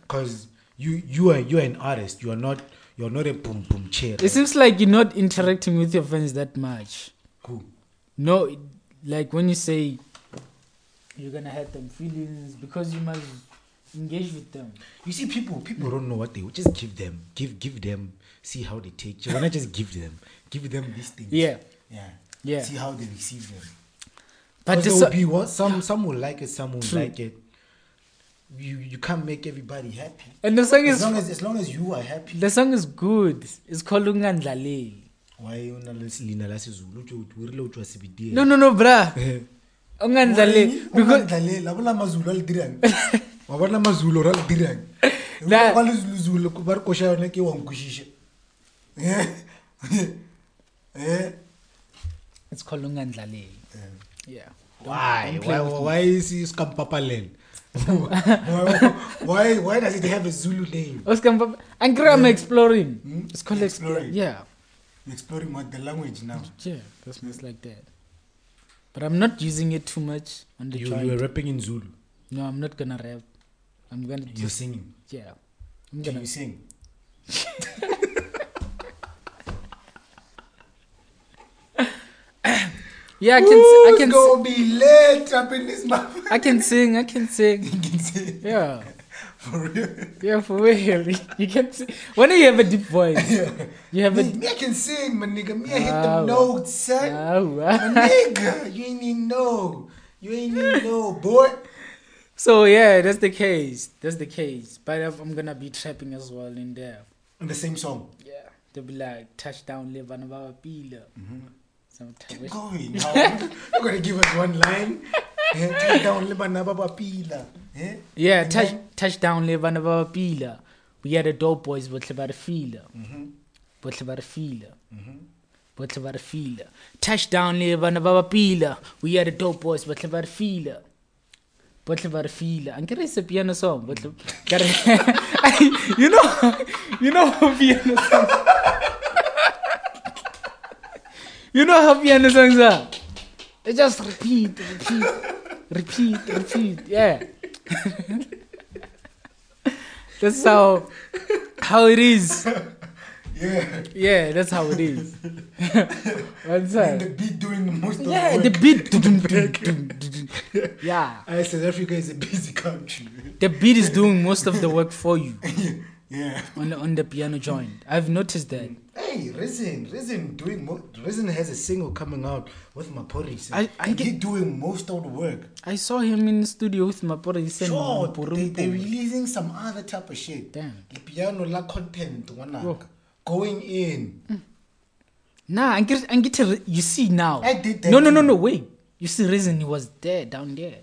[SPEAKER 3] Because you you are you are an artist. You are not you're not a boom boom chair.
[SPEAKER 2] It seems like you're not interacting with your fans that much.
[SPEAKER 3] Who?
[SPEAKER 2] No, it- like when you say you're gonna hurt them feelings because you must engage with them.
[SPEAKER 3] You see, people people don't know what they just give them, give give them, see how they take. You wanna just give them, give them these things.
[SPEAKER 2] Yeah.
[SPEAKER 1] Yeah.
[SPEAKER 2] Yeah.
[SPEAKER 1] See how they receive them.
[SPEAKER 2] But
[SPEAKER 3] But there
[SPEAKER 2] this
[SPEAKER 3] will be what some some will like it, some will
[SPEAKER 2] True.
[SPEAKER 3] like it. You you can't make everybody happy.
[SPEAKER 2] and the song
[SPEAKER 1] As
[SPEAKER 2] is
[SPEAKER 1] long as, as long as you are happy.
[SPEAKER 2] The song is good. It's called Ungandlaleli.
[SPEAKER 3] Why you na le selina la Sezulu utjho uthi wirile utjwa sibidiyela.
[SPEAKER 2] No, no, no, bruh.
[SPEAKER 3] Eh.
[SPEAKER 2] Ungandlaleli. Because
[SPEAKER 1] Ungandlaleli, abona amazulu alidirang wabona amazulu or alidirang
[SPEAKER 2] Nah.
[SPEAKER 1] kwalizuluzulu ba ri koxa yona ke wa nkuxixa
[SPEAKER 2] it's called Ungandlaleli. Yeah.
[SPEAKER 3] Why
[SPEAKER 2] Don't play
[SPEAKER 3] why
[SPEAKER 2] with
[SPEAKER 3] why is he scampapalela?
[SPEAKER 1] why why does it have a zulu name
[SPEAKER 2] Oscar Mpapa. And Graham exploring.
[SPEAKER 1] Hmm?
[SPEAKER 2] It's called exploring.
[SPEAKER 1] Exploring.
[SPEAKER 2] Yeah.
[SPEAKER 1] You're exploring what the language now
[SPEAKER 2] Yeah. That's most like that. But I'm not using it too much on the
[SPEAKER 3] You
[SPEAKER 2] joint.
[SPEAKER 3] you were rapping in Zulu.
[SPEAKER 2] No, I'm not gonna rap. I'm gonna
[SPEAKER 3] You're
[SPEAKER 2] just
[SPEAKER 3] singing.
[SPEAKER 2] yeah. I'm
[SPEAKER 1] can
[SPEAKER 2] gonna
[SPEAKER 1] you sing
[SPEAKER 2] Yeah, I can si- I
[SPEAKER 1] Who's
[SPEAKER 2] can si-
[SPEAKER 1] gonna be late up in this mouth
[SPEAKER 2] I can sing, I can sing.
[SPEAKER 1] you can sing
[SPEAKER 2] Yeah.
[SPEAKER 1] for real
[SPEAKER 2] Yeah, for real. You can sing. When you have a deep voice, you have
[SPEAKER 1] me,
[SPEAKER 2] a
[SPEAKER 1] me I can sing my nigga me I hit
[SPEAKER 2] Ah,
[SPEAKER 1] the
[SPEAKER 2] well.
[SPEAKER 1] notes son
[SPEAKER 2] Ah, wow.
[SPEAKER 1] My nigga, you ain't even know. You ain't even know, boy.
[SPEAKER 2] So yeah, that's the case. That's the case. But I'm I'm gonna be trapping as well in there.
[SPEAKER 1] In the same song.
[SPEAKER 2] Yeah, they'll be like touchdown, live on our pillar.
[SPEAKER 1] Mm-hmm.
[SPEAKER 2] Some
[SPEAKER 1] Keep
[SPEAKER 2] touch-
[SPEAKER 1] going. Now. You're gonna give us one line. Eh, Take down Libana Baba Pila. Eh?
[SPEAKER 2] Yeah,
[SPEAKER 1] And
[SPEAKER 2] touch
[SPEAKER 1] then-
[SPEAKER 2] touchdown, live on our pillar. We are the dope boys, but about a feeler,
[SPEAKER 1] Mhm,
[SPEAKER 2] but about a feeler.
[SPEAKER 1] mhm.
[SPEAKER 2] What about a feeler? Touchdown live on our pillar. We are the dope boys. What about a feeler? What about a feeler? I'm gonna say piano song. What the- you know, you know how piano songs. you know how piano songs are. They just repeat, repeat, repeat, repeat. Yeah. that's how how it is.
[SPEAKER 1] Yeah.
[SPEAKER 2] Yeah, that's how it is.
[SPEAKER 1] And
[SPEAKER 2] What's that?
[SPEAKER 1] the beat doing the most of
[SPEAKER 2] Yeah,
[SPEAKER 1] the
[SPEAKER 2] the
[SPEAKER 1] work.
[SPEAKER 2] beat. Dum, dum, dum, dum, dum. yeah,
[SPEAKER 1] I South Africa is a busy country.
[SPEAKER 2] the beat is doing most of the work for you
[SPEAKER 1] yeah.
[SPEAKER 2] on the, on the piano joint. I've noticed that.
[SPEAKER 1] Hey, Reason, Reason doing mo- Reason has a single coming out with Maporis.
[SPEAKER 2] I- I
[SPEAKER 1] and
[SPEAKER 2] get-
[SPEAKER 1] he doing most of the work.
[SPEAKER 2] I saw him in the studio with Mapora. He said,
[SPEAKER 1] Sure, they,
[SPEAKER 2] "Mpurum
[SPEAKER 1] they're
[SPEAKER 2] Pum."
[SPEAKER 1] releasing some other type of shit.
[SPEAKER 2] Damn.
[SPEAKER 1] The piano la content,
[SPEAKER 2] Yo.
[SPEAKER 1] one going in.
[SPEAKER 2] Nah, I get, I get a, you see now.
[SPEAKER 1] I did that
[SPEAKER 2] No, no, no,
[SPEAKER 1] too.
[SPEAKER 2] no, wait. You see, reason he was there, down there.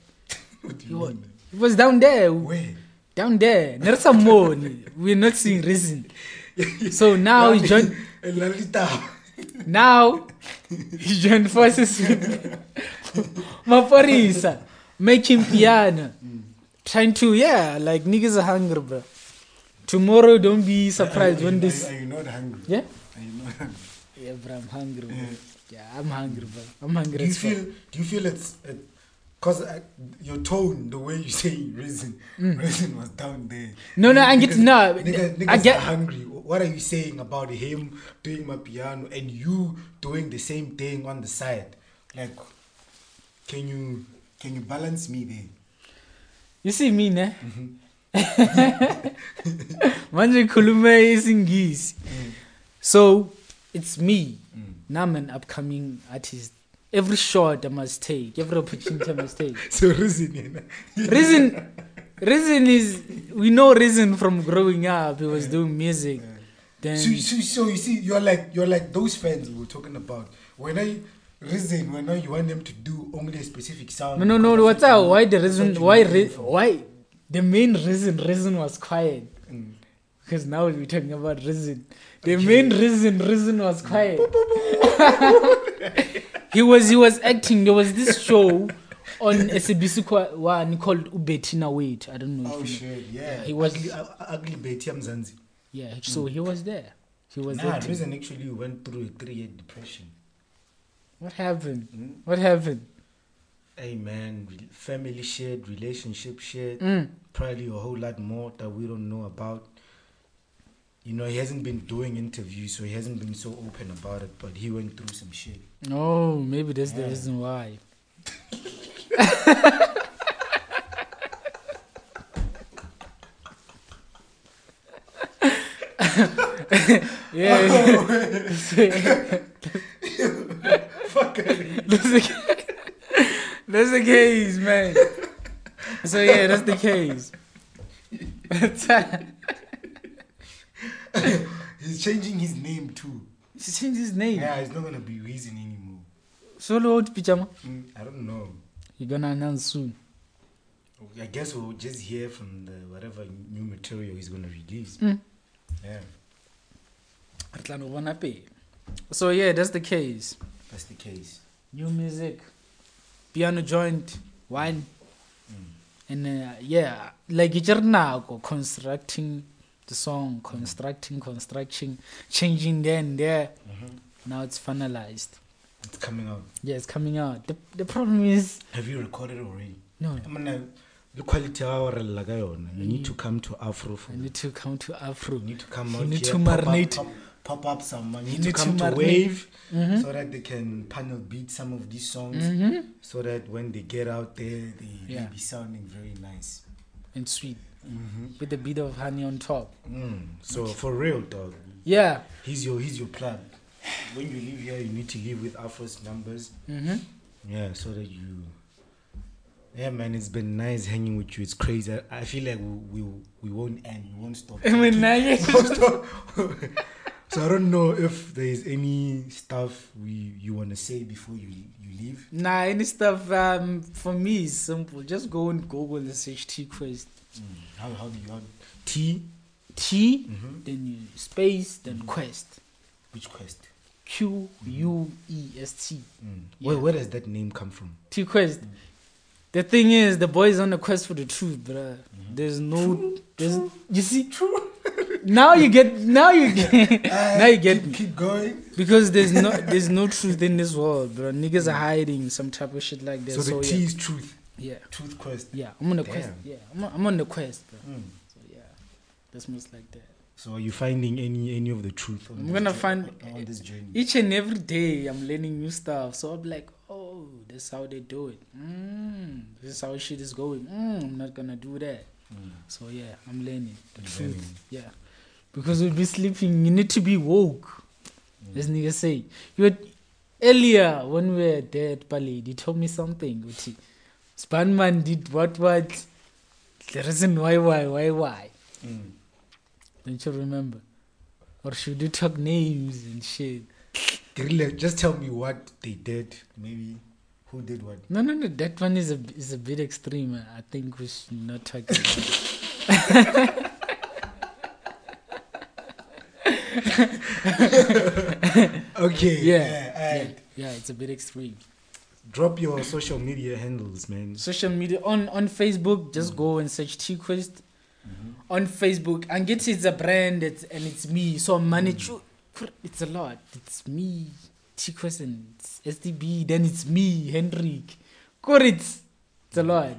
[SPEAKER 2] he, was, he was down there.
[SPEAKER 1] Where?
[SPEAKER 2] Down there. Not some more. We're not seeing reason. So now he joined.
[SPEAKER 1] Lalita.
[SPEAKER 2] Now he joined forces with Maporisa, making piano, trying to yeah, like niggas are hungry, bro. Tomorrow, don't be surprised
[SPEAKER 1] Are
[SPEAKER 2] when
[SPEAKER 1] you-
[SPEAKER 2] this
[SPEAKER 1] Are you not hungry?
[SPEAKER 2] yeah.
[SPEAKER 1] Are you not hungry?
[SPEAKER 2] Yeah, bro, I'm hungry. Bro. Yeah, I'm hungry, bro. I'm hungry.
[SPEAKER 1] Do you
[SPEAKER 2] as fuck.
[SPEAKER 1] feel? Do you feel it's? It, Cause uh, your tone, the way you say reason, reason was down there.
[SPEAKER 2] Mm. No, no, I get-
[SPEAKER 1] Niggas-
[SPEAKER 2] no,
[SPEAKER 1] nigga-
[SPEAKER 2] I
[SPEAKER 1] niggas
[SPEAKER 2] get-
[SPEAKER 1] are hungry. What are you saying about him doing my piano and you doing the same thing on the side? Like, can you can you balance me there?
[SPEAKER 2] you see me, ne? Manje khulume isingisi. So it's me. Now I'm an upcoming artist. Every shot I must take, every opportunity I must take.
[SPEAKER 1] So reason, you know?
[SPEAKER 2] Reason, reason is we know reason from growing up. He was doing music. Then
[SPEAKER 1] So, so, so you see, you're like you're like those fans we were talking about. When I reason, when I, you want them to do only a specific sound.
[SPEAKER 2] no, no, no.
[SPEAKER 1] because
[SPEAKER 2] What's
[SPEAKER 1] that's what
[SPEAKER 2] up?
[SPEAKER 1] you-
[SPEAKER 2] Why the
[SPEAKER 1] that's what
[SPEAKER 2] reason?
[SPEAKER 1] you
[SPEAKER 2] Why
[SPEAKER 1] know
[SPEAKER 2] re-
[SPEAKER 1] them for.
[SPEAKER 2] why the main reason? Reason was quiet.
[SPEAKER 1] Mm.
[SPEAKER 2] Because now we're talking about reason. The main reason, reason was quiet. he was he was acting. There was this show on SABC qua- one called Ubetina Wait. I don't know.
[SPEAKER 1] Oh
[SPEAKER 2] if you know.
[SPEAKER 1] shit! Yeah,
[SPEAKER 2] He was-
[SPEAKER 1] ugly, uh, ugly Betty Mzanzi.
[SPEAKER 2] Yeah. So he was there. He was
[SPEAKER 1] Nah,
[SPEAKER 2] acting.
[SPEAKER 1] reason actually went through a three-year depression.
[SPEAKER 2] What happened?
[SPEAKER 1] Mm.
[SPEAKER 2] What happened?
[SPEAKER 1] Hey man, re- family shit, relationship shit,
[SPEAKER 2] Mm.
[SPEAKER 1] probably a whole lot more that we don't know about. You know, he hasn't been doing interviews, so he hasn't been so open about it. But he went through some shit.
[SPEAKER 2] No, maybe that's the
[SPEAKER 1] Yeah.
[SPEAKER 2] reason why. yeah.
[SPEAKER 1] Fuck.
[SPEAKER 2] that's, the, ca- that's the case, man. So yeah, that's the case.
[SPEAKER 1] He's changing his name too.
[SPEAKER 2] she changed his name.
[SPEAKER 1] Yeah, it's not gonna be Reason anymore.
[SPEAKER 2] Solo out pyjama.
[SPEAKER 1] Mm, I don't know.
[SPEAKER 2] You're gonna announce soon.
[SPEAKER 1] I guess we'll just hear from the whatever new material he's gonna release.
[SPEAKER 2] Mm.
[SPEAKER 1] Yeah,
[SPEAKER 2] Re tla no bona pele. So yeah, that's the case.
[SPEAKER 1] that's the case.
[SPEAKER 2] new music, piano joint, wine, and uh, yeah, like it's nako constructing the song, constructing, constructing, changing there and there. Now it's finalized.
[SPEAKER 1] It's coming out.
[SPEAKER 2] Yeah, it's coming out. The, the problem is
[SPEAKER 1] Have you recorded already?
[SPEAKER 2] no.
[SPEAKER 1] I mean, the quality hour laga yona. You need to come to Afro. For,
[SPEAKER 2] I
[SPEAKER 1] you
[SPEAKER 2] need to come to Afro.
[SPEAKER 1] need to come
[SPEAKER 2] You
[SPEAKER 1] out
[SPEAKER 2] need
[SPEAKER 1] here,
[SPEAKER 2] to
[SPEAKER 1] pop up-
[SPEAKER 2] marinate.
[SPEAKER 1] Pop, pop up some. You need,
[SPEAKER 2] need
[SPEAKER 1] to
[SPEAKER 2] to
[SPEAKER 1] come to,
[SPEAKER 2] marinate.
[SPEAKER 1] Wave so that they can panel beat some of these songs.
[SPEAKER 2] Mm-hmm.
[SPEAKER 1] So that when they get out there, they
[SPEAKER 2] Yeah.
[SPEAKER 1] will be sounding very nice.
[SPEAKER 2] And sweet with a bit of honey on top.
[SPEAKER 1] Mm. So for real, dog.
[SPEAKER 2] Yeah.
[SPEAKER 1] He's your he's your plug. When you live here, you need to live with Afro's numbers.
[SPEAKER 2] Mm-hmm.
[SPEAKER 1] Yeah, so that you. Yeah, man, it's been nice hanging with you. It's crazy. I, I feel like we, we we won't end. We won't stop.
[SPEAKER 2] I mean, now you-
[SPEAKER 1] We won't stop. so I don't know if there is any stuff we you want to say before you you leave.
[SPEAKER 2] Nah, any stuff um, for me is simple. Just go and Google the HT first.
[SPEAKER 1] Mm, How how do you how, T?
[SPEAKER 2] T,
[SPEAKER 1] Mhm.
[SPEAKER 2] then you space, then
[SPEAKER 1] Mm-hmm.
[SPEAKER 2] quest.
[SPEAKER 1] Which quest?
[SPEAKER 2] Q
[SPEAKER 1] Mm-hmm.
[SPEAKER 2] U E S T.
[SPEAKER 1] Mm.
[SPEAKER 2] Yeah.
[SPEAKER 1] Where where does that name come from?
[SPEAKER 2] T quest. The thing is, the boy is on a quest for the truth, bruh.
[SPEAKER 1] Mm-hmm.
[SPEAKER 2] There's no, there's you see. True. now you get, now you get, now you get
[SPEAKER 1] Ah, keep,
[SPEAKER 2] me.
[SPEAKER 1] keep going.
[SPEAKER 2] because there's no, there's no truth in this world, bruh. Niggas are hiding some type of shit like that.
[SPEAKER 1] Mm-hmm. So
[SPEAKER 2] So,
[SPEAKER 1] the T
[SPEAKER 2] yeah,
[SPEAKER 1] is truth.
[SPEAKER 2] yeah,
[SPEAKER 1] Truth quest.
[SPEAKER 2] yeah. I'm on a quest.
[SPEAKER 1] Damn.
[SPEAKER 2] Yeah, I'm on, I'm on the quest, bruh.
[SPEAKER 1] Mm.
[SPEAKER 2] So yeah, that's most like that.
[SPEAKER 1] So are you finding any any of the truth? On
[SPEAKER 2] I'm
[SPEAKER 1] this
[SPEAKER 2] gonna
[SPEAKER 1] jour-
[SPEAKER 2] find-
[SPEAKER 1] on, on this journey.
[SPEAKER 2] each and every day I'm learning new stuff. So I'm like, oh, that's how they do it. Mm, this is how shit is going. Mm, I'm not gonna do that.
[SPEAKER 1] Mm.
[SPEAKER 2] So yeah, I'm learning the
[SPEAKER 1] You're
[SPEAKER 2] truth.
[SPEAKER 1] learning.
[SPEAKER 2] Yeah, because we'll be sleeping. You need to be woke. This nigga say, you had, earlier when we were there at Bali, he told me something. Which he, Spanman did what what? The reason why why why why?
[SPEAKER 1] Hmm.
[SPEAKER 2] Don't you remember? Or should you talk names and shit?
[SPEAKER 1] Gorilla, just tell me what they did. Maybe who did what.
[SPEAKER 2] No, no, no. That one is a is a bit extreme. I think we should not talk. About it.
[SPEAKER 1] Okay.
[SPEAKER 2] Yeah,
[SPEAKER 1] yeah,
[SPEAKER 2] yeah,
[SPEAKER 1] alright.
[SPEAKER 2] yeah. It's a bit extreme.
[SPEAKER 1] Drop your social media handles, man.
[SPEAKER 2] social media on on Facebook. Just go and search T Quest on Facebook and get it's a brand it's, and it's me. So manage it's a lot. It's me T Quest and it's SDB. Then it's me Hendrik. Good, it's it's a lot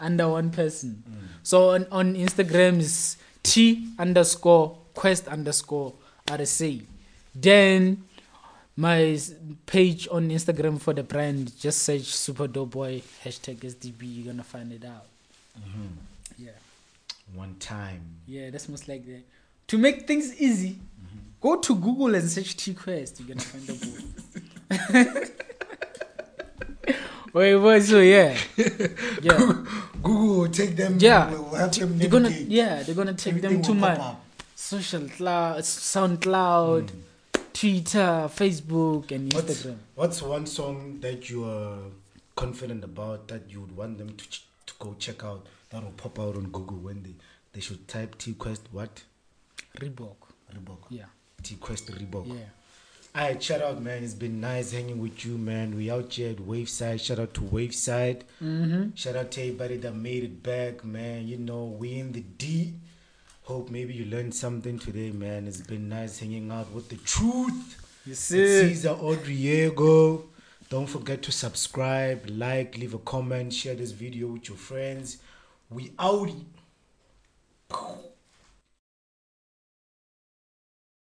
[SPEAKER 2] under one person. So on on Instagram is T underscore Quest underscore RSA. Then my s- page on Instagram for the brand. Just search Super Dope Boy hashtag SDB. You're gonna find it out.
[SPEAKER 1] Mm-hmm.
[SPEAKER 2] Yeah,
[SPEAKER 1] One time.
[SPEAKER 2] yeah, that's most like that. To make things easy, go to Google and search T Quest. You're gonna find the book. Wait, wait, so yeah, yeah,
[SPEAKER 1] Google will take them.
[SPEAKER 2] yeah.
[SPEAKER 1] will help them
[SPEAKER 2] They're gonna,
[SPEAKER 1] navigate.
[SPEAKER 2] yeah, they're gonna take
[SPEAKER 1] Everything
[SPEAKER 2] them to
[SPEAKER 1] will
[SPEAKER 2] my
[SPEAKER 1] pop up.
[SPEAKER 2] social cloud, SoundCloud,
[SPEAKER 1] Mm.
[SPEAKER 2] Twitter, Facebook, and
[SPEAKER 1] What's,
[SPEAKER 2] Instagram.
[SPEAKER 1] what's one song that you are confident about that you would want them to, ch- to go check out that will pop out on Google when they, they should type T Quest what?
[SPEAKER 2] Reebok.
[SPEAKER 1] Reebok.
[SPEAKER 2] Yeah,
[SPEAKER 1] T Quest Reebok.
[SPEAKER 2] yeah.
[SPEAKER 1] Alright, shout out, man. It's been nice hanging with you, man. We out here at Waveside. Shout out to Waveside. Mm-hmm. Shout out to everybody that made it back, man. You know, we in the D. Hope maybe you learned something today, man. It's been nice hanging out with the truth.
[SPEAKER 2] You see.
[SPEAKER 1] Caesar Odriego. Don't forget to subscribe, like, leave a comment, share this video with your friends. We out.